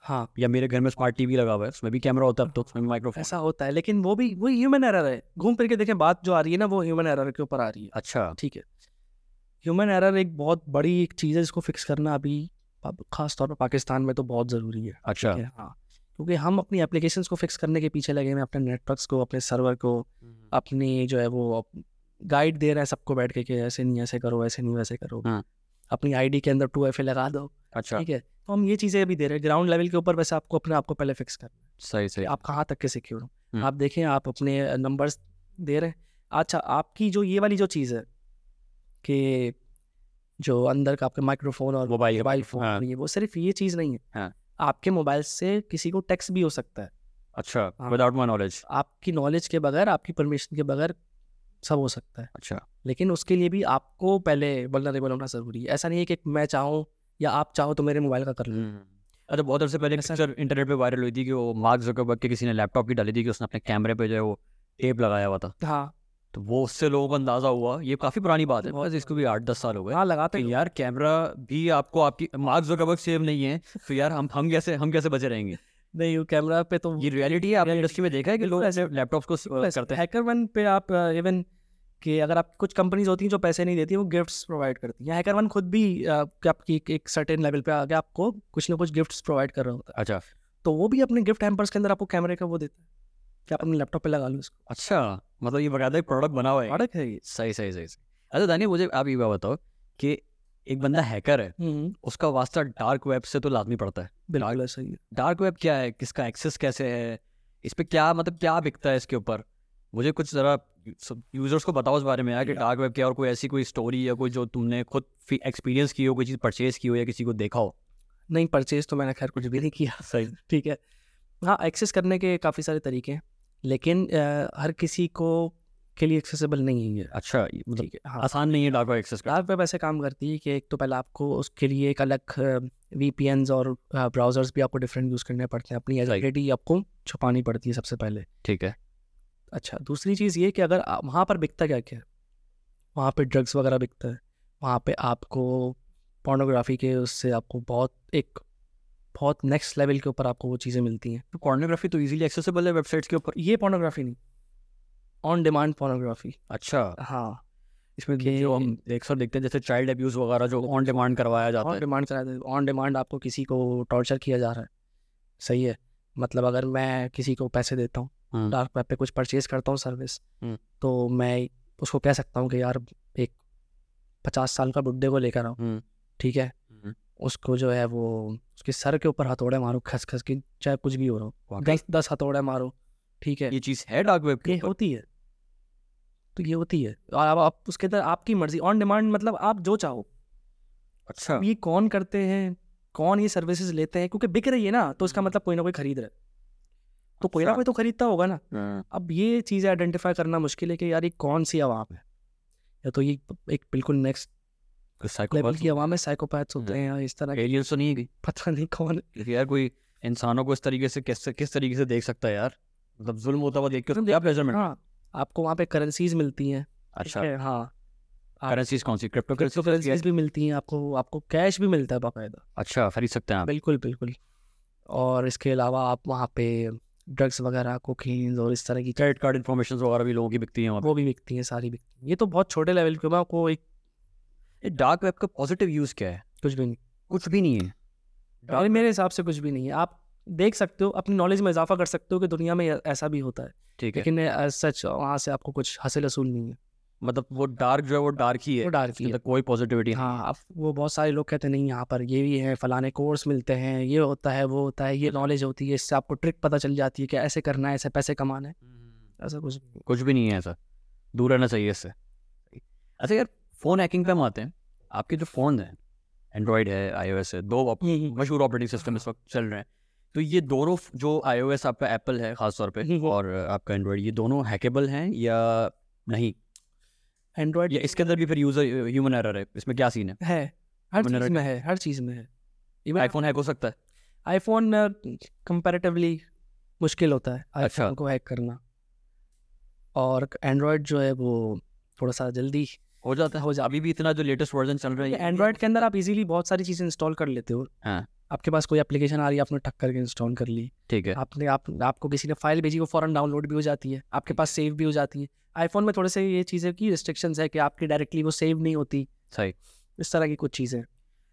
S2: हाँ
S1: या मेरे घर में स्मार्ट टीवी लगा हुआ है उसमें भी कैमरा होता है अब तो उसमें भी माइक्रोफोन
S2: ऐसा होता है लेकिन वो भी वो ह्यूमन एरर है घूम फिर के देखें बात जो आ रही है ना वो ह्यूमन एरर के ऊपर आ रही है
S1: अच्छा
S2: ठीक है ह्यूमन एरर एक बहुत बड़ी एक चीज़ है जिसको फिक्स करना अभी पा- खास तौर पर पाकिस्तान में तो बहुत ज़रूरी है
S1: अच्छा
S2: ठीक है, हाँ क्योंकि हम अपनी एप्लीकेशंस को फिक्स करने के पीछे लगे हुए हैं अपने नेटवर्क्स को अपने सर्वर को अपनी जो है वो गाइड दे रहा है सबको बैठ के कि ऐसे नहीं ऐसे करो ऐसे नहीं वैसे करो
S1: हाँ।
S2: अपनी आईडी के अंदर टू एफ लगा दो
S1: अच्छा
S2: ठीक है तो हम ये चीज़ें अभी दे रहे हैं ग्राउंड लेवल के ऊपर वैसे आपको अपने आप को पहले फिक्स करना
S1: सही सही
S2: है आप कहाँ तक के सिक्योर हो
S1: हम्म।
S2: आप देखें आप अपने नंबर्स दे रहे हैं अच्छा आपकी जो ये वाली जो चीज़ है कि जो अंदर का आपके माइक्रोफोन और
S1: मोबाइल के-
S2: मोबाइल फोन
S1: हाँ।
S2: और ये वो सिर्फ ये चीज़ नहीं है
S1: हाँ।
S2: आपके मोबाइल से किसी को टेक्स्ट भी हो सकता है
S1: अच्छा
S2: हाँ।
S1: विदाउट माई नॉलेज
S2: आपकी नॉलेज के बगैर आपकी परमिशन के बगैर सब हो सकता है
S1: अच्छा
S2: लेकिन उसके लिए भी आपको पहले वल्नरेबल होना ज़रूरी है ऐसा नहीं है कि मैं चाहूँ या आप चाहो तो मेरे मोबाइल का कर लो
S1: अरे अच्छा, बहुत अरसे पहले एक
S2: ऐसा-
S1: पिक्चर इंटरनेट पे वायरल हुई थी कि वो मार्क जुकरबर्ग के किसी ने लैपटॉप की डाली थी कि उसने अपने कैमरे पे जो है वो टेप लगाया हुआ था
S2: हाँ
S1: तो वो उससे लोगों को अंदाज़ा हुआ ये काफ़ी पुरानी बात है बस इसको भी आठ दस साल हो गए
S2: हाँ लगाते
S1: तो यार कैमरा भी आपको आपकी मार्क जुकरबर्ग सेव नहीं है तो यार हम हम कैसे हम कैसे बचे रहेंगे
S2: नहीं वो कैमरा पे तो
S1: ये रियलिटी है आपने इंडस्ट्री में देखा है कि लोग
S2: बिल्कुल
S1: ऐसे लैपटॉप्स को अ, करते हैं
S2: हैकरवन पे आप इवन कि अगर आप कुछ कंपनीज होती हैं जो पैसे नहीं देती वो गिफ्ट्स प्रोवाइड करती हैं हैकरवन खुद भी uh, कि आपकी एक, एक सर्टेन लेवल पे आगे आपको कुछ ना कुछ गिफ्ट्स प्रोवाइड कर रहा होता है
S1: अच्छा
S2: तो वो भी अपने गिफ्ट हैम्पर्स के अंदर आपको कैमरे का वो देता है कि आप अपने लैपटॉप पे लगा लो इसको
S1: अच्छा मतलब ये बकायदा एक प्रोडक्ट बना हुआ है
S2: प्रोडक्ट है ये
S1: सही सही सही सही अच्छा दानिया मुझे आप ये बात बताओ कि एक बंदा हैकर है
S2: हम्म,
S1: उसका वास्ता डार्क वेब से तो लाजमी पड़ता है
S2: बिल्कुल ऐसा ही है।
S1: डार्क वेब क्या है किसका एक्सेस कैसे है इस पे क्या मतलब क्या बिकता है इसके ऊपर मुझे कुछ ज़रा सब यूज़र्स को बताओ इस बारे में यार कि डार्क वेब क्या है और कोई ऐसी कोई स्टोरी या कोई जो तुमने खुद एक्सपीरियंस की हो कोई चीज़ परचेज की हो या किसी को देखा हो
S2: नहीं परचेज तो मैंने खैर कुछ भी नहीं किया
S1: सही
S2: ठीक है हाँ एक्सेस करने के काफ़ी सारे तरीके हैं लेकिन अ, हर किसी को के लिए एक्सेसिबल नहीं है
S1: अच्छा ये मतलब
S2: ठीक है हाँ
S1: आसान नहीं है डार्क वेब एक्सेस करना
S2: डार्क वेब ऐसे काम करती है कि एक तो पहले आपको उसके लिए एक अलग वी और ब्राउजर्स भी आपको डिफरेंट यूज़ करने पड़ते हैं अपनी
S1: Right.
S2: आइडेंटिटी आपको छुपानी पड़ती है सबसे पहले
S1: ठीक है
S2: अच्छा दूसरी चीज़ ये कि अगर आ- वहाँ पर बिकता क्या क्या है वहाँ पे ड्रग्स वगैरह बिकता है वहाँ पे आपको पोर्नोग्राफी के उससे आपको बहुत एक बहुत नेक्स्ट लेवल के ऊपर आपको वो चीज़ें मिलती हैं
S1: तो कॉर्नोग्राफी तो इजीली एक्सेसिबल है वेबसाइट्स के ऊपर
S2: ये पोर्नोग्राफी नहीं ऑन डिमांड पोर्नोग्राफी
S1: अच्छा
S2: हाँ
S1: इसमें
S2: कि-
S1: जो हम अक्सर देखते हैं जैसे चाइल्ड अब्यूज वगैरह जो ऑन डिमांड करवाया जाता
S2: ऑन
S1: है
S2: डिमांड चला देते ऑन डिमांड आपको किसी को टॉर्चर किया जा रहा है सही है मतलब अगर मैं किसी को पैसे देता हूँ
S1: हम्म।
S2: डार्क वेब पे कुछ परचेज करता हूँ सर्विस
S1: हम्म।
S2: तो मैं उसको कह सकता हूँ कि यार एक पचास साल का बुड्ढे को लेकर आओ
S1: हम्म।
S2: ठीक है
S1: हम्म।
S2: उसको जो है वो उसके सर के ऊपर हथौड़े मारो खस खस के चाहे कुछ भी हो रहा हो
S1: वाकई?
S2: दस दस हथौड़े मारो ठीक है
S1: ये चीज़ है डार्क वेब के
S2: ये
S1: ऊपर
S2: होती है तो ये होती है और अब आप उसके अंदर आपकी मर्जी ऑन डिमांड मतलब आप जो चाहो
S1: अच्छा
S2: ये कौन करते हैं कौन ये सर्विसेज लेते हैं क्योंकि बिक रही है ना तो इसका
S1: हम्म।
S2: मतलब कोई ना कोई खरीद रहा है तो कोई ना
S1: अच्छा।
S2: कोई तो खरीदता होगा ना
S1: हम्म।
S2: अब ये चीज़ें आइडेंटिफाई करना मुश्किल है कि यार ये कौन सी आवाम है या तो ये एक बिल्कुल नेक्स्ट
S1: कुछ
S2: लेवल
S1: psychopaths
S2: की आवाम है साइकोपैथ्स होते हैं या इस तरह के
S1: एलियंस तो नहीं है कि-
S2: पता नहीं कौन
S1: क्योंकि यार कोई इंसानों को इस तरीके से किस किस तरीके से देख सकता है यार मतलब जुल्म होता हुआ देख के उसको क्या प्लेजरमेंट
S2: हाँ आपको वहाँ पे करेंसीज मिलती हैं
S1: हम्म। अच्छा
S2: ठीक है, हाँ
S1: करेंसीज कौन सी तो क्रिप्टो
S2: क्रिप्टो
S1: करेंसी
S2: करेंसीज भी मिलती हैं आपको आपको कैश भी मिलता है बाकायदा
S1: अच्छा खरीद सकते हैं आप
S2: बिल्कुल बिल्कुल और इसके अलावा आप वहाँ पे ड्रग्स वगैरह कोकीन और इस तरह की
S1: क्रेडिट कार्ड इन्फॉर्मेशन वगैरह भी लोगों की बिकती है वहाँ
S2: वो भी बिकती हैं सारी बिकती हैं ये तो बहुत छोटे लेवल पे मैं आपको एक
S1: पे डार्क वेब का पॉजिटिव यूज़ क्या है
S2: कुछ भी नहीं
S1: कुछ भी नहीं है
S2: अरे मेरे हिसाब से कुछ भी नहीं है आप देख सकते हो अपनी नॉलेज में इजाफा कर सकते हो कि दुनिया में ऐ- ऐसा भी होता है
S1: ठीक है
S2: लेकिन सच वहाँ से आपको कुछ हासिल असूल नहीं है
S1: मतलब वो डार्क जो है वो डार्क ही है
S2: वो डार्क ही है।
S1: मतलब कोई पॉजिटिविटी
S2: हाँ आप वो बहुत सारे लोग कहते हैं नहीं यहाँ पर ये भी है फलाने कोर्स मिलते हैं ये होता है वो होता है ये नॉलेज होती है इससे आपको ट्रिक पता चल जाती है कि ऐसे करना है ऐसे पैसे कमाना है ऐसा कुछ भी नहीं।
S1: कुछ भी नहीं है ऐसा दूर रहना चाहिए इससे अच्छा यार फ़ोन हैकिंग पे हम आते हैं आपके जो फ़ोन है एंड्रॉयड है आईओएस है दो op- मशहूर ऑपरेटिंग सिस्टम इस वक्त चल रहे हैं तो ये दोनों फ- जो आईओएस आपका एप्पल है खासतौर पे और अ, आपका एंड्रॉयड ये दोनों हैकेबल हैं या नहीं
S2: एंड्रॉइड
S1: या इसके अंदर भी फिर यूज़र ह्यूमन एरर है इसमें क्या सीन है
S2: है हर
S1: मैंने
S2: चीज़ में है हर चीज़ में है Even
S1: आईफोन हैक हो सकता है
S2: आईफोन कंपैरेटिवली मुश्किल होता है
S1: अच्छा।
S2: आईफोन को हैक करना और एंड्रॉयड जो है वो थोड़ा सा जल्दी
S1: हो जाता है
S2: हो जाता
S1: अभी भी इतना जो लेटेस्ट वर्जन चल रहा
S2: है
S1: है
S2: एंड्रॉयड के अंदर आप इजीली बहुत सारी चीज़ें इंस्टॉल कर लेते हो
S1: हाँ। अच्छा।
S2: आपके पास कोई एप्लीकेशन आ रही है आपने ठक करके इंस्टॉल कर ली
S1: ठीक है
S2: आपने आप आपको किसी ने फाइल भेजी वो फ़ौरन डाउनलोड भी हो जाती है आपके पास सेव भी हो जाती है आईफोन में थोड़े से ये चीज़ें की रिस्ट्रिक्शंस है कि आपकी डायरेक्टली वो सेव नहीं होती
S1: सही
S2: इस तरह की कुछ चीज़ें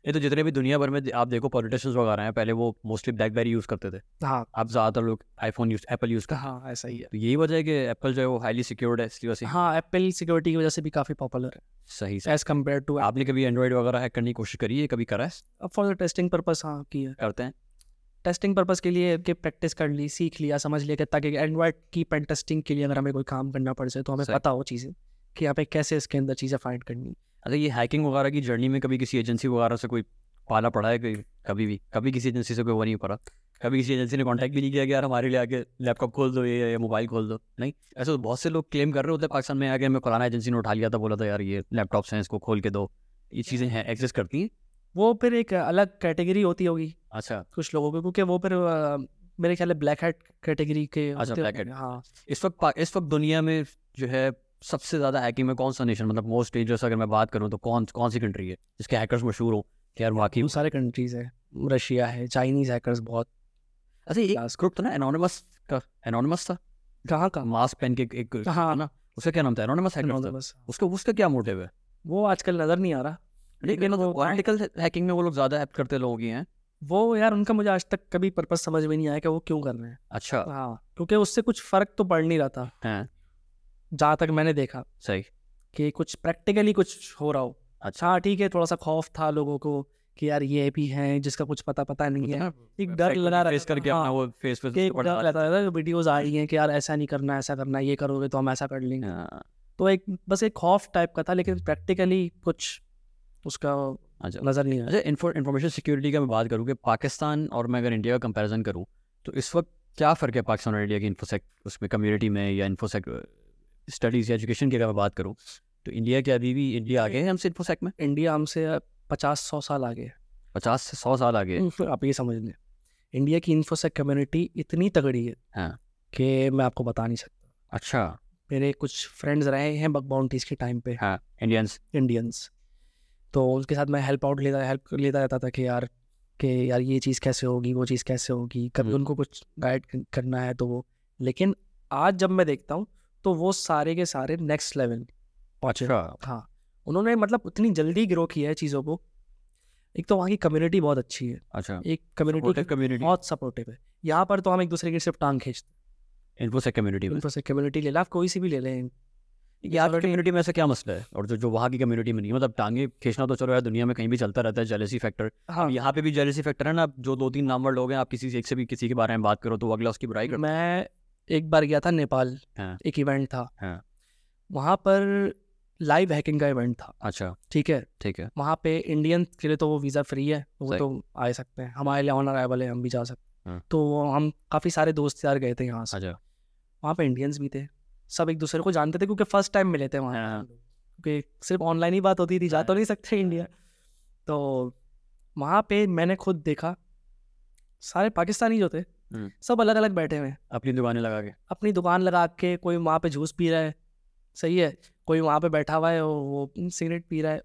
S1: ये तो जितने भी दुनिया भर में दे- आप देखो पॉलिटिशियंस वगैरह हैं पहले वो मोस्टली ब्लैकबेरी यूज़ करते थे
S2: हाँ
S1: अब ज़्यादातर लोग आईफोन यूज़ एप्पल यूज़ करते हैं
S2: हाँ ऐसा ही है
S1: तो यही वजह है कि एप्पल जो है वो हाईली सिक्योर्ड है इसलिए वैसे
S2: हाँ एप्पल सिक्योरिटी की वजह से भी काफ़ी पॉपुलर
S1: सही
S2: है एज़ कम्पेयर टू
S1: सही। आपने कभी एंड्रॉयड वगैरह हैक करने की कोशिश करी है कभी करा है
S2: फॉर द टेस्टिंग पर्पस हाँ की है
S1: करते हैं
S2: टेस्टिंग पर्पस के लिए कि प्रैक्टिस कर ली सीख लिया समझ लिया कि ताकि एंड्रॉयड की पेन टेस्टिंग के लिए अगर हमें कोई काम करना पड़ जाए तो हमें
S1: सही।
S2: पता हो चीज़ें कि यहाँ पे कैसे इसके अंदर चीज़ें फाइंड करनी
S1: अच्छा ये हैकिंग वगैरह की जर्नी में कभी किसी एजेंसी वगैरह से कोई पाला पड़ा है कोई कभी भी कभी किसी एजेंसी से कोई वो नहीं पड़ा कभी किसी एजेंसी ने कांटेक्ट भी नहीं किया कि यार हमारे लिए आके लैपटॉप खोल दो ये या मोबाइल खोल दो नहीं ऐसे तो बहुत से लोग क्लेम कर रहे होते हैं पाकिस्तान में आके हमें फलाना एजेंसी ने उठा लिया था बोला था यार ये लैपटॉप्स हैं इसको खोल के दो ये चीज़ें हैं एग्जिस्ट करती हैं
S2: वो फिर एक अलग कैटेगरी होती होगी
S1: अच्छा
S2: कुछ लोगों को क्योंकि वो फिर अ, मेरे ख्याल है ब्लैक हैट कैटेगरी के होते
S1: अच्छा, black
S2: होंगे।
S1: hat।
S2: हाँ
S1: इस वक्त पा- इस वक्त दुनिया में जो है सबसे ज़्यादा हैकिंग में कौन सा नेशन मतलब मोस्ट डेंजरस अगर मैं बात करूँ तो कौन कौन सी कंट्री है जिसके हैकर्स मशहूर हो कि यार वाकई
S2: बहुत सारे कंट्रीज है रशिया है चाइनीज हैकर्स बहुत
S1: अच्छा एक
S2: class-
S1: ग्रुप था ना एनोनिमस का एनोनिमस था
S2: कहाँ का
S1: मास्क पहन के एक- एक
S2: हाँ
S1: ना, तो। उसका क्या नाम था एनोनिमस हैकर था
S2: Anonymous।
S1: उसका उसका क्या मोटिव है
S2: वो आजकल नज़र नहीं आ रहा
S1: लेकिन
S2: वो-
S1: पॉलिटिकल हैकिंग में वो लोग ज़्यादा हेल्प करते लोग ही हैं
S2: वो यार उनका मुझे आज तक कभी पर्पस समझ में नहीं आया कि वो क्यों कर रहे हैं
S1: अच्छा
S2: हाँ क्योंकि उससे कुछ फ़र्क तो पड़ नहीं रहा था
S1: हैं
S2: जहाँ तक मैंने देखा
S1: सही
S2: कि कुछ प्रैक्टिकली कुछ हो रहा हो
S1: अच्छा
S2: हाँ ठीक है थोड़ा सा खौफ था लोगों को कि यार ये भी हैं जिसका कुछ पता पता नहीं
S1: तो
S2: है एक डर लगा रहता
S1: फेस
S2: था,
S1: करके
S2: हाँ।
S1: अपना वो फेस पे
S2: कि एक डर
S1: अच्छा।
S2: रहता था कि वीडियोज आ रही हैं कि यार ऐसा नहीं करना ऐसा करना ये करोगे तो हम ऐसा कर लेंगे
S1: हाँ, हम्म।
S2: तो एक बस एक खौफ टाइप का था लेकिन प्रैक्टिकली कुछ उसका
S1: अच्छा
S2: नज़र नहीं आया
S1: अच्छा इंफॉर्मेशन सिक्योरिटी की मैं बात करूँ कि पाकिस्तान और मैं अगर इंडिया का कंपैरिजन करूँ तो इस वक्त क्या फ़र्क है पाकिस्तान और इंडिया की इन्फोसेक उसमें कम्युनिटी में या इन्फोसेक स्टडीज़ या एजुकेशन की अगर मैं बात करूँ तो इंडिया के अभी भी इंडिया आगे है हमसे इन्फोसेक में
S2: इंडिया हमसे पचास सौ साल आगे
S1: पचास से सौ साल आगे है।
S2: है आप ये समझ लें इंडिया की इन्फोसेक कम्युनिटी इतनी तगड़ी है
S1: हाँ।
S2: कि मैं आपको बता नहीं सकता
S1: अच्छा
S2: मेरे कुछ फ्रेंड्स रहे हैं बग बाउंटीज के टाइम पे
S1: हाँ इंडियंस
S2: इंडियंस तो उनके साथ मैं हेल्प आउट लेता हेल्प लेता रहता था कि यार कि यार ये चीज़ कैसे होगी वो चीज़ कैसे होगी कभी
S1: हम्म।
S2: उनको कुछ गाइड करना है तो वो लेकिन आज जब मैं देखता हूँ तो वो सारे के सारे नेक्स्ट लेवल पहुँचे
S1: अच्छा
S2: हाँ उन्होंने मतलब उतनी जल्दी ग्रो किया है चीज़ों को एक तो वहाँ की कम्युनिटी बहुत अच्छी है
S1: अच्छा
S2: एक कम्युनिटी
S1: कम्युनिटी
S2: बहुत सपोर्टिव है यहाँ पर तो हम एक दूसरे की सिर्फ टांग खींचते
S1: इन्फोसेक कम्युनिटी में
S2: हैं से कम्युनिटी ले लें आप कोई सी भी ले लें
S1: यार कम्युनिटी में ऐसा क्या मसला है और जो जो वहाँ की कम्युनिटी में नहीं है, मतलब टांगे खींचना तो चलो यार दुनिया में कहीं भी चलता रहता है जेलेसी फैक्टर
S2: हाँ
S1: यहाँ पे भी जेलेसी फैक्टर है ना आप जो दो तीन नामवर लोग हैं आप किसी से एक से भी किसी के बारे में बात करो तो वो अगला उसकी बुराई करता
S2: मैं एक बार गया था नेपाल
S1: हाँ।
S2: एक इवेंट था
S1: हाँ।
S2: वहाँ पर लाइव हैकिंग का इवेंट था
S1: है अच्छा
S2: ठीक है
S1: ठीक है
S2: वहाँ पे इंडियन के लिए तो वो वीज़ा फ्री है वो
S1: सही।
S2: तो आ सकते हैं हमारे लिए ऑन अराइवल है हम भी जा सकते हैं
S1: हाँ।
S2: तो वो हम काफ़ी सारे दोस्त यार गए थे यहाँ से
S1: अच्छा
S2: वहाँ पे इंडियंस भी थे सब एक दूसरे को जानते थे क्योंकि फर्स्ट टाइम मिले थे वहाँ
S1: हाँ।
S2: क्योंकि सिर्फ ऑनलाइन ही बात होती थी जा तो
S1: हाँ।
S2: नहीं सकते इंडिया तो वहाँ पे मैंने खुद देखा सारे पाकिस्तानी जो थे
S1: हम्म।
S2: सब अलग अलग बैठे हुए हैं
S1: अपनी दुकानें लगा के
S2: अपनी दुकान लगा के कोई वहाँ पे जूस पी रहा है सही है कोई वहाँ पे बैठा हुआ है और वो सिगरेट पी रहा है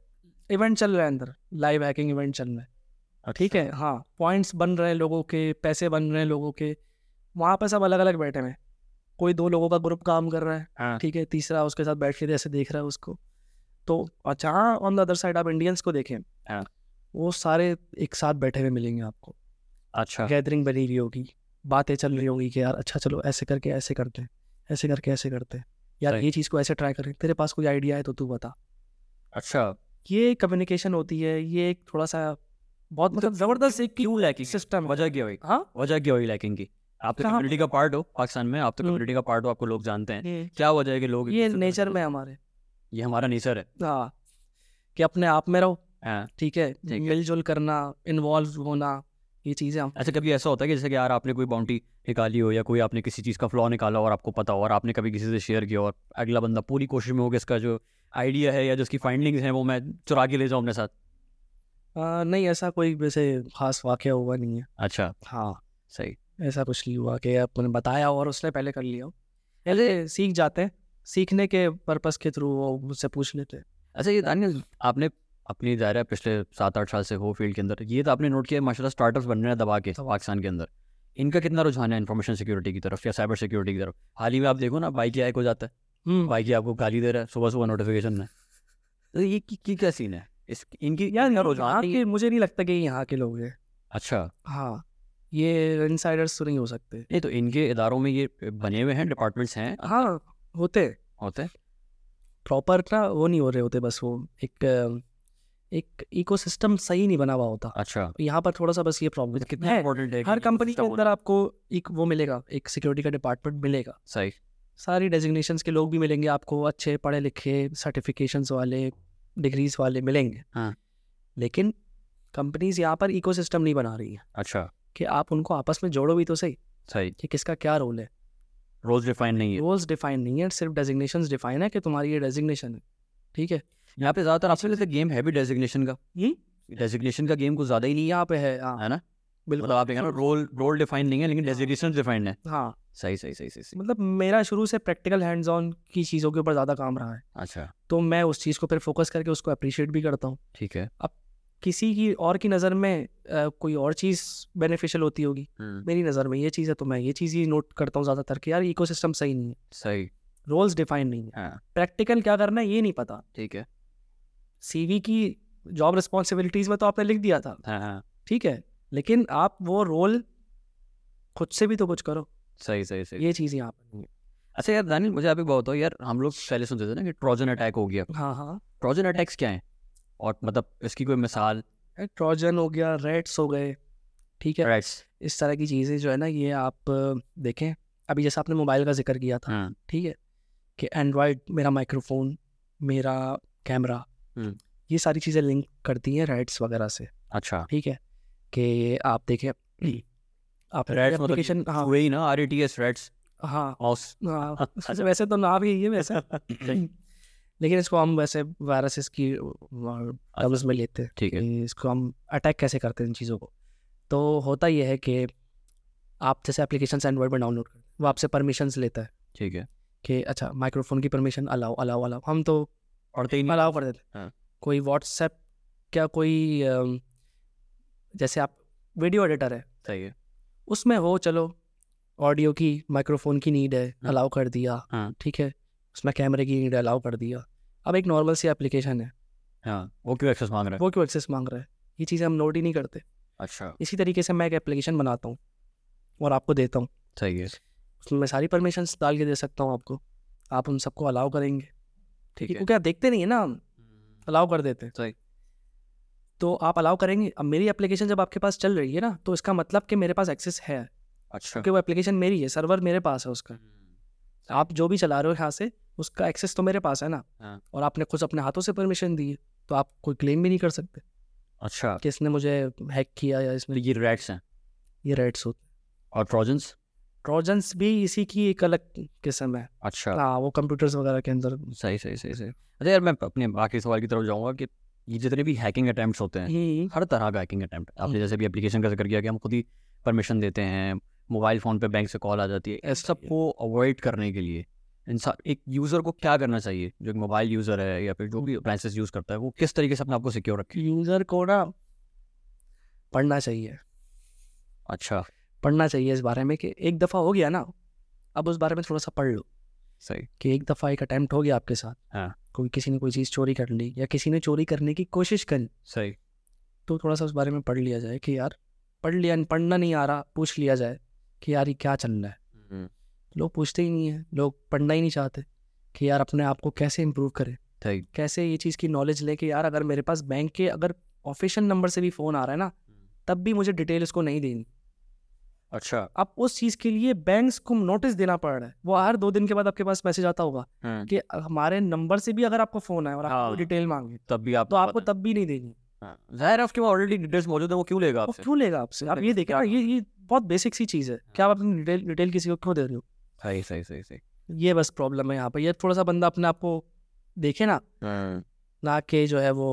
S2: इवेंट चल रहा है अंदर लाइव हैकिंग इवेंट चल रहा है
S1: अच्छा,
S2: ठीक है हाँ पॉइंट्स बन रहे हैं लोगों के पैसे बन रहे हैं लोगों के वहाँ पे सब अलग अलग बैठे हुए हैं कोई दो लोगों का ग्रुप काम कर रहा है
S1: हाँ।
S2: ठीक है तीसरा उसके साथ बैठ के जैसे देख रहा है उसको तो अच्छा ऑन द अदर साइड आप इंडियंस को देखें
S1: हाँ।
S2: वो सारे एक साथ बैठे हुए मिलेंगे आपको
S1: अच्छा
S2: गैदरिंग बनी हुई होगी बातें चल रही होंगी कि यार अच्छा चलो ऐसे करके ऐसे करते हैं ऐसे करके ऐसे करते हैं यार
S1: सही।
S2: ये चीज़ को ऐसे ट्राई करें तेरे पास कोई आइडिया है तो तू बता
S1: अच्छा
S2: ये कम्युनिकेशन होती है ये एक थोड़ा सा बहुत मतलब ज़बरदस्त एक
S1: क्यों लैकिंग
S2: सिस्टम
S1: वजह क्या हुई
S2: हाँ
S1: वजह क्या हुई लैकिंग की आप तो
S2: कहाँ-
S1: कम्युनिटी का पार्ट हो पाकिस्तान में आप तो
S2: हम्म।
S1: कम्युनिटी का पार्ट हो आपको लोग जानते हैं
S2: ये
S1: क्या वजह है कि लोग
S2: ये नेचर में है हमारे
S1: ये हमारा नेचर है
S2: हाँ कि अपने आप में रहो
S1: हाँ।
S2: ठीक है
S1: है।
S2: मिलजुल करना इन्वॉल्व होना ये चीज़ें हम
S1: अच्छा कभी ऐसा होता है कि जैसे कि यार आपने कोई बाउंड्री निकाली हो या कोई आपने किसी चीज़ का फ्लॉ निकाला हो और आपको पता हो और आपने कभी किसी से शेयर किया हो और अगला बंदा पूरी कोशिश में हो कि इसका जो आइडिया है या जो उसकी फाइंडिंग्स हैं वो मैं चुरा के ले जाऊँ अपने साथ
S2: आ, नहीं ऐसा कोई वैसे खास वाकया हुआ नहीं है
S1: अच्छा
S2: हाँ
S1: सही
S2: ऐसा कुछ नहीं हुआ कि आपने बताया और उसने पहले कर लिया हो। ऐसे सीख जाते हैं सीखने के पर्पस के थ्रू वो मुझसे पूछ लेते हैं
S1: अच्छा ये दानियल आपने अपनी दायरा पिछले सात आठ साल से हो फील्ड के अंदर ये तो आपने नोट किया माशाल्लाह स्टार्टअप्स बन रहे हैं दबा के पाकिस्तान के अंदर इनका कितना रुझान है इन्फॉर्मेशन सिक्योरिटी की तरफ या साइबर सिक्योरिटी की तरफ हाल ही में आप देखो ना बाइक हैक हो जाता है
S2: हम्म,
S1: बाइक आपको गाली दे रहा है सुबह सुबह नोटिफिकेशन में तो ये की, की क्या सीन है इस इनकी
S2: यार
S1: इनका
S2: यहाँ
S1: रुझान
S2: के मुझे नहीं लगता कि ये यहाँ के लोग हैं
S1: अच्छा
S2: हाँ ये इनसाइडर्स तो नहीं हो सकते
S1: नहीं तो इनके इदारों में ये बने हुए हैं डिपार्टमेंट्स हैं
S2: हाँ होते
S1: होते हैं
S2: प्रॉपर ना वो नहीं हो रहे होते बस वो एक अ, एक इकोसिस्टम सही नहीं बना हुआ होता
S1: अच्छा
S2: यहाँ पर थोड़ा सा बस ये प्रॉब्लम
S1: कितना इम्पोर्टेंट है
S2: हर कंपनी के अंदर आपको एक वो मिलेगा एक सिक्योरिटी का डिपार्टमेंट मिलेगा
S1: सही
S2: सारी डेजिग्नेशंस के लोग भी मिलेंगे आपको अच्छे पढ़े लिखे सर्टिफिकेशंस वाले डिग्रीज वाले मिलेंगे
S1: हाँ।
S2: लेकिन कंपनीज यहाँ पर इकोसिस्टम नहीं बना रही है
S1: अच्छा
S2: कि आप उनको आपस में जोड़ो भी तो सही
S1: सही
S2: कि किसका क्या रोल है
S1: रोज रिफाइन नहीं है
S2: रोल्स डिफाइन नहीं है सिर्फ डेजिग्नेशंस डिफाइन है कि तुम्हारी ये डेजिग्नेशन है ठीक है
S1: यहाँ पे ज्यादातर आपसे जैसे गेम है भी डेजिग्नेशन का डेजिग्नेशन का गेम कुछ ज्यादा ही नहीं है
S2: यहाँ पे है हाँ
S1: है ना
S2: बिल्कुल
S1: मतलब आप देखा ना रोल रोल डिफाइन नहीं है लेकिन डेजिग्नेशन डिफाइंड है
S2: हाँ
S1: सही सही सही सही सही
S2: मतलब मेरा शुरू से प्रैक्टिकल हैंड्स ऑन की चीज़ों के ऊपर ज़्यादा काम रहा है
S1: अच्छा
S2: तो मैं उस चीज़ को फिर फोकस करके उसको अप्रिशिएट भी करता हूँ
S1: ठीक है
S2: किसी की और की नज़र में अ, कोई और चीज़ बेनिफिशियल होती होगी
S1: हम्म,
S2: मेरी नज़र में ये चीज़ है तो मैं ये चीज़ ही नोट करता हूँ ज़्यादातर कि यार इकोसिस्टम सही नहीं है
S1: सही
S2: रोल्स डिफाइन नहीं है
S1: हाँ
S2: प्रैक्टिकल क्या करना है ये नहीं पता
S1: ठीक है
S2: सीवी की जॉब रिस्पॉन्सिबिलिटीज़ में तो आपने लिख दिया था
S1: हाँ हाँ
S2: ठीक है लेकिन आप वो रोल खुद से भी तो कुछ करो
S1: सही सही सही
S2: ये चीज़ यहाँ पर नहीं
S1: अच्छा यार दानिल मुझे आप एक बहुत हो यार हम लोग पहले सुनते थे ना कि ट्रोजन अटैक हो गया
S2: है हाँ हाँ
S1: ट्रोजन अटैक्स क्या हैं और मतलब इसकी कोई मिसाल
S2: ट्रोजन हो गया रेड्स हो गए ठीक है
S1: राइट्स
S2: इस तरह की चीज़ें जो है ना ये आप अ, देखें अभी जैसे आपने मोबाइल का जिक्र किया था
S1: हाँ
S2: ठीक है कि एंड्रॉयड मेरा माइक्रोफोन मेरा कैमरा
S1: हम्म।
S2: ये सारी चीज़ें लिंक करती हैं रेड्स वगैरह से
S1: अच्छा
S2: ठीक है कि आप देखें आप
S1: रेड्स मतलब
S2: एप्लीकेशन हाँ
S1: वही ना R A T S RATs
S2: हाँ
S1: माउस
S2: हाँ अच्छा, वैसे तो नाम यही है वैसे लेकिन इसको हम वैसे वायरसेस की
S1: अच्छा।
S2: टर्म्स में लेते हैं
S1: ठीक है
S2: कि इसको हम अटैक कैसे करते हैं इन चीज़ों को तो होता यह है कि आप जैसे एप्लीकेशन एंड्रॉयड में डाउनलोड करते हैं वो आपसे परमिशंस लेता है
S1: ठीक है
S2: कि अच्छा माइक्रोफोन की परमिशन अलाओ अलाओ अलाओ हम तो
S1: पढ़ते ही
S2: अलाओ कर देते हैं
S1: हाँ।
S2: कोई व्हाट्सएप क्या कोई अम, जैसे आप वीडियो एडिटर है
S1: सही है
S2: उसमें हो चलो ऑडियो की माइक्रोफोन की नीड है
S1: हाँ।
S2: अलाउ कर दिया
S1: हाँ।
S2: ठीक है उसमें कैमरे की नीड है अलाउ कर दिया अब एक नॉर्मल सी एप्लीकेशन है
S1: हाँ वो क्यों एक्सेस मांग रहा है
S2: वो क्यों एक्सेस मांग रहा है ये चीज़ें हम नोट ही नहीं करते
S1: अच्छा
S2: इसी तरीके से मैं एक एप्लीकेशन बनाता हूँ और आपको देता हूँ
S1: सही है
S2: उसमें मैं सारी परमिशन डाल के दे सकता हूँ आपको आप उन सबको अलाउ करेंगे
S1: ठीक है
S2: क्योंकि आप देखते नहीं है ना हम अलाउ कर देते हैं
S1: सही।
S2: तो आप अलाउ करेंगे अब मेरी एप्लीकेशन जब आपके पास चल रही है ना तो इसका मतलब कि मेरे पास एक्सेस है
S1: अच्छा
S2: क्योंकि वो एप्लीकेशन मेरी है सर्वर मेरे पास है उसका आप जो भी चला रहे हो यहाँ से उसका एक्सेस तो मेरे पास है ना
S1: हाँ।
S2: और आपने खुद अपने हाथों से परमिशन दी है तो आप कोई क्लेम भी नहीं कर सकते
S1: अच्छा
S2: कि इसने मुझे हैक किया या इसमें
S1: तो ये रेड्स हैं
S2: ये रेड्स होते
S1: और ट्रोजन्स
S2: ट्रोजन्स भी इसी की एक अलग किस्म है
S1: अच्छा
S2: हाँ वो कंप्यूटर्स वगैरह के अंदर
S1: सही सही सही सही अच्छा यार मैं अपने बाकी सवाल की तरफ जाऊंगा कि ये जितने भी हैकिंग अटैम्प्ट होते हैं
S2: ही
S1: हर तरह का हैकिंग अटैम्प्ट आपने जैसे भी एप्लीकेशन का जिक्र किया कि हम खुद ही परमिशन देते हैं मोबाइल फ़ोन पे बैंक से कॉल आ जाती है इस
S2: ऐसा ही है।
S1: सबको अवॉइड करने के लिए इंसान एक यूज़र को क्या करना चाहिए जो एक मोबाइल यूज़र है या फिर जो भी अप्लाइंसेस यूज़ करता है वो किस तरीके से अपने आप को सिक्योर रखे
S2: यूज़र को ना पढ़ना चाहिए
S1: अच्छा
S2: पढ़ना चाहिए इस बारे में कि एक दफ़ा हो गया ना अब उस बारे में थोड़ा सा पढ़ लो
S1: सही
S2: कि एक दफ़ा एक अटैम्प्ट हो गया आपके साथ
S1: हाँ।
S2: कोई किसी ने कोई चीज़ चोरी कर ली या किसी ने चोरी करने की कोशिश करी
S1: सही
S2: तो थोड़ा सा उस बारे में पढ़ लिया जाए कि यार पढ़ लिया पढ़ना नहीं आ रहा पूछ लिया जाए कि यार ये क्या चल रहा है लोग पूछते ही नहीं है लोग पढ़ना ही नहीं चाहते कि यार अपने आप को कैसे इम्प्रूव करें
S1: सही
S2: कैसे ये चीज़ की नॉलेज लें कि यार अगर मेरे पास बैंक के अगर ऑफिशियल नंबर से भी फ़ोन आ रहा है ना तब भी मुझे डिटेल इसको नहीं देनी
S1: अच्छा
S2: अब उस चीज़ के लिए बैंक्स को नोटिस देना पड़ रहा है वो हर दो दिन के बाद आपके पास मैसेज आता होगा कि हमारे नंबर से भी अगर आपको फ़ोन आए और आपको
S1: हाँ।
S2: डिटेल मांगे
S1: तब भी आप
S2: तो आपको तब भी नहीं देनी
S1: जाहिर है उसके बाद ऑलरेडी डिटेल्स मौजूद है हाँ। वो क्यों लेगा
S2: वो
S1: आपसे
S2: क्यों लेगा आपसे आप ये
S1: लेगा,
S2: देखें
S1: क्या
S2: ना ये ये बहुत बेसिक सी चीज़ है क्या आप अपनी डिटेल डिटेल किसी को क्यों दे रहे हो
S1: सही सही सही सही
S2: ये बस प्रॉब्लम है यहाँ पर ये थोड़ा सा बंदा अपने आप को देखे ना ना कि जो है वो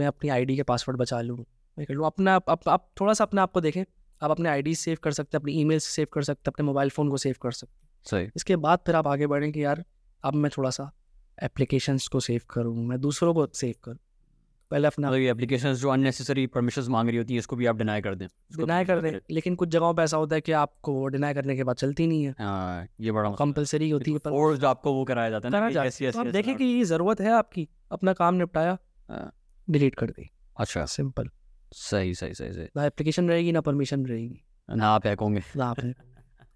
S2: मैं अपनी आईडी के पासवर्ड बचा लूँ मैं कर लूँ अपना आप, आप, आप थोड़ा सा अपने आप को देखें आप अपने आईडी सेव कर सकते हैं अपनी ईमेल सेव कर सकते हैं अपने मोबाइल फ़ोन को सेव कर सकते हैं
S1: सही
S2: इसके बाद फिर आप आगे बढ़ें कि यार अब मैं थोड़ा सा एप्लीकेशंस को सेव करूँ मैं दूसरों को सेव करूँ पहले अपना
S1: मतलब ये एप्लीकेशन जो अननेसेसरी परमिशंस मांग रही होती है इसको भी आप डिनाई कर दें इसको
S2: डिनाई
S1: भी-
S2: कर दें लेकिन कुछ जगहों पर ऐसा होता है कि आपको वो डिनाई करने के बाद चलती नहीं है
S1: हाँ ये बड़ा
S2: कंपलसरी होती है पर
S1: फोर्स्ड आपको वो कराया जाता है ना
S2: तो कराया
S1: कि yes,
S2: जाता है।
S1: yes,
S2: तो आप
S1: yes,
S2: देखें
S1: allowed।
S2: कि ये ज़रूरत है आपकी अपना काम निपटाया
S1: हाँ।
S2: डिलीट कर दी
S1: अच्छा
S2: सिंपल
S1: सही सही सही सही
S2: ना एप्लीकेशन रहेगी ना परमिशन रहेगी
S1: ना आप हैक होंगे
S2: ना आपने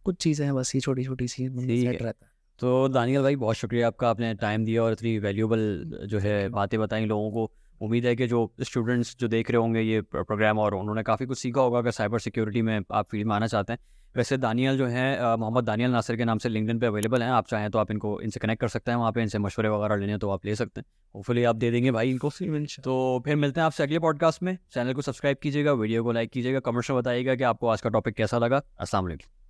S2: कुछ चीज़ें हैं बस ये छोटी छोटी सी हैं,
S1: ठीक
S2: set
S1: है।
S2: रहता है
S1: तो दानियल भाई बहुत शुक्रिया आपका आपने टाइम दिया और इतनी वैल्यूबल जो है बातें बताई लोगों को उम्मीद है कि जो स्टूडेंट्स जो देख रहे होंगे ये प्र- प्रोग्राम और उन्होंने काफ़ी कुछ सीखा होगा अगर साइबर सिक्योरिटी में आप फील्ड में आना चाहते हैं वैसे दानियल जो है अ, मोहम्मद दानियल नासिर के नाम से लिंक्डइन पे अवेलेबल हैं आप चाहें तो आप इनको इनसे कनेक्ट कर सकते हैं वहाँ पे इनसे मशवरे वगैरह लेने हैं तो आप ले सकते हैं होपफुली आप दे देंगे भाई इनको तो फिर मिलते हैं आपसे अगले पॉडकास्ट में चैनल को सब्सक्राइब कीजिएगा वीडियो को लाइक कीजिएगा कमेंट्स में बताइएगा कि आपको आज का टॉपिक कैसा लगा अस्सलाम वालेकुम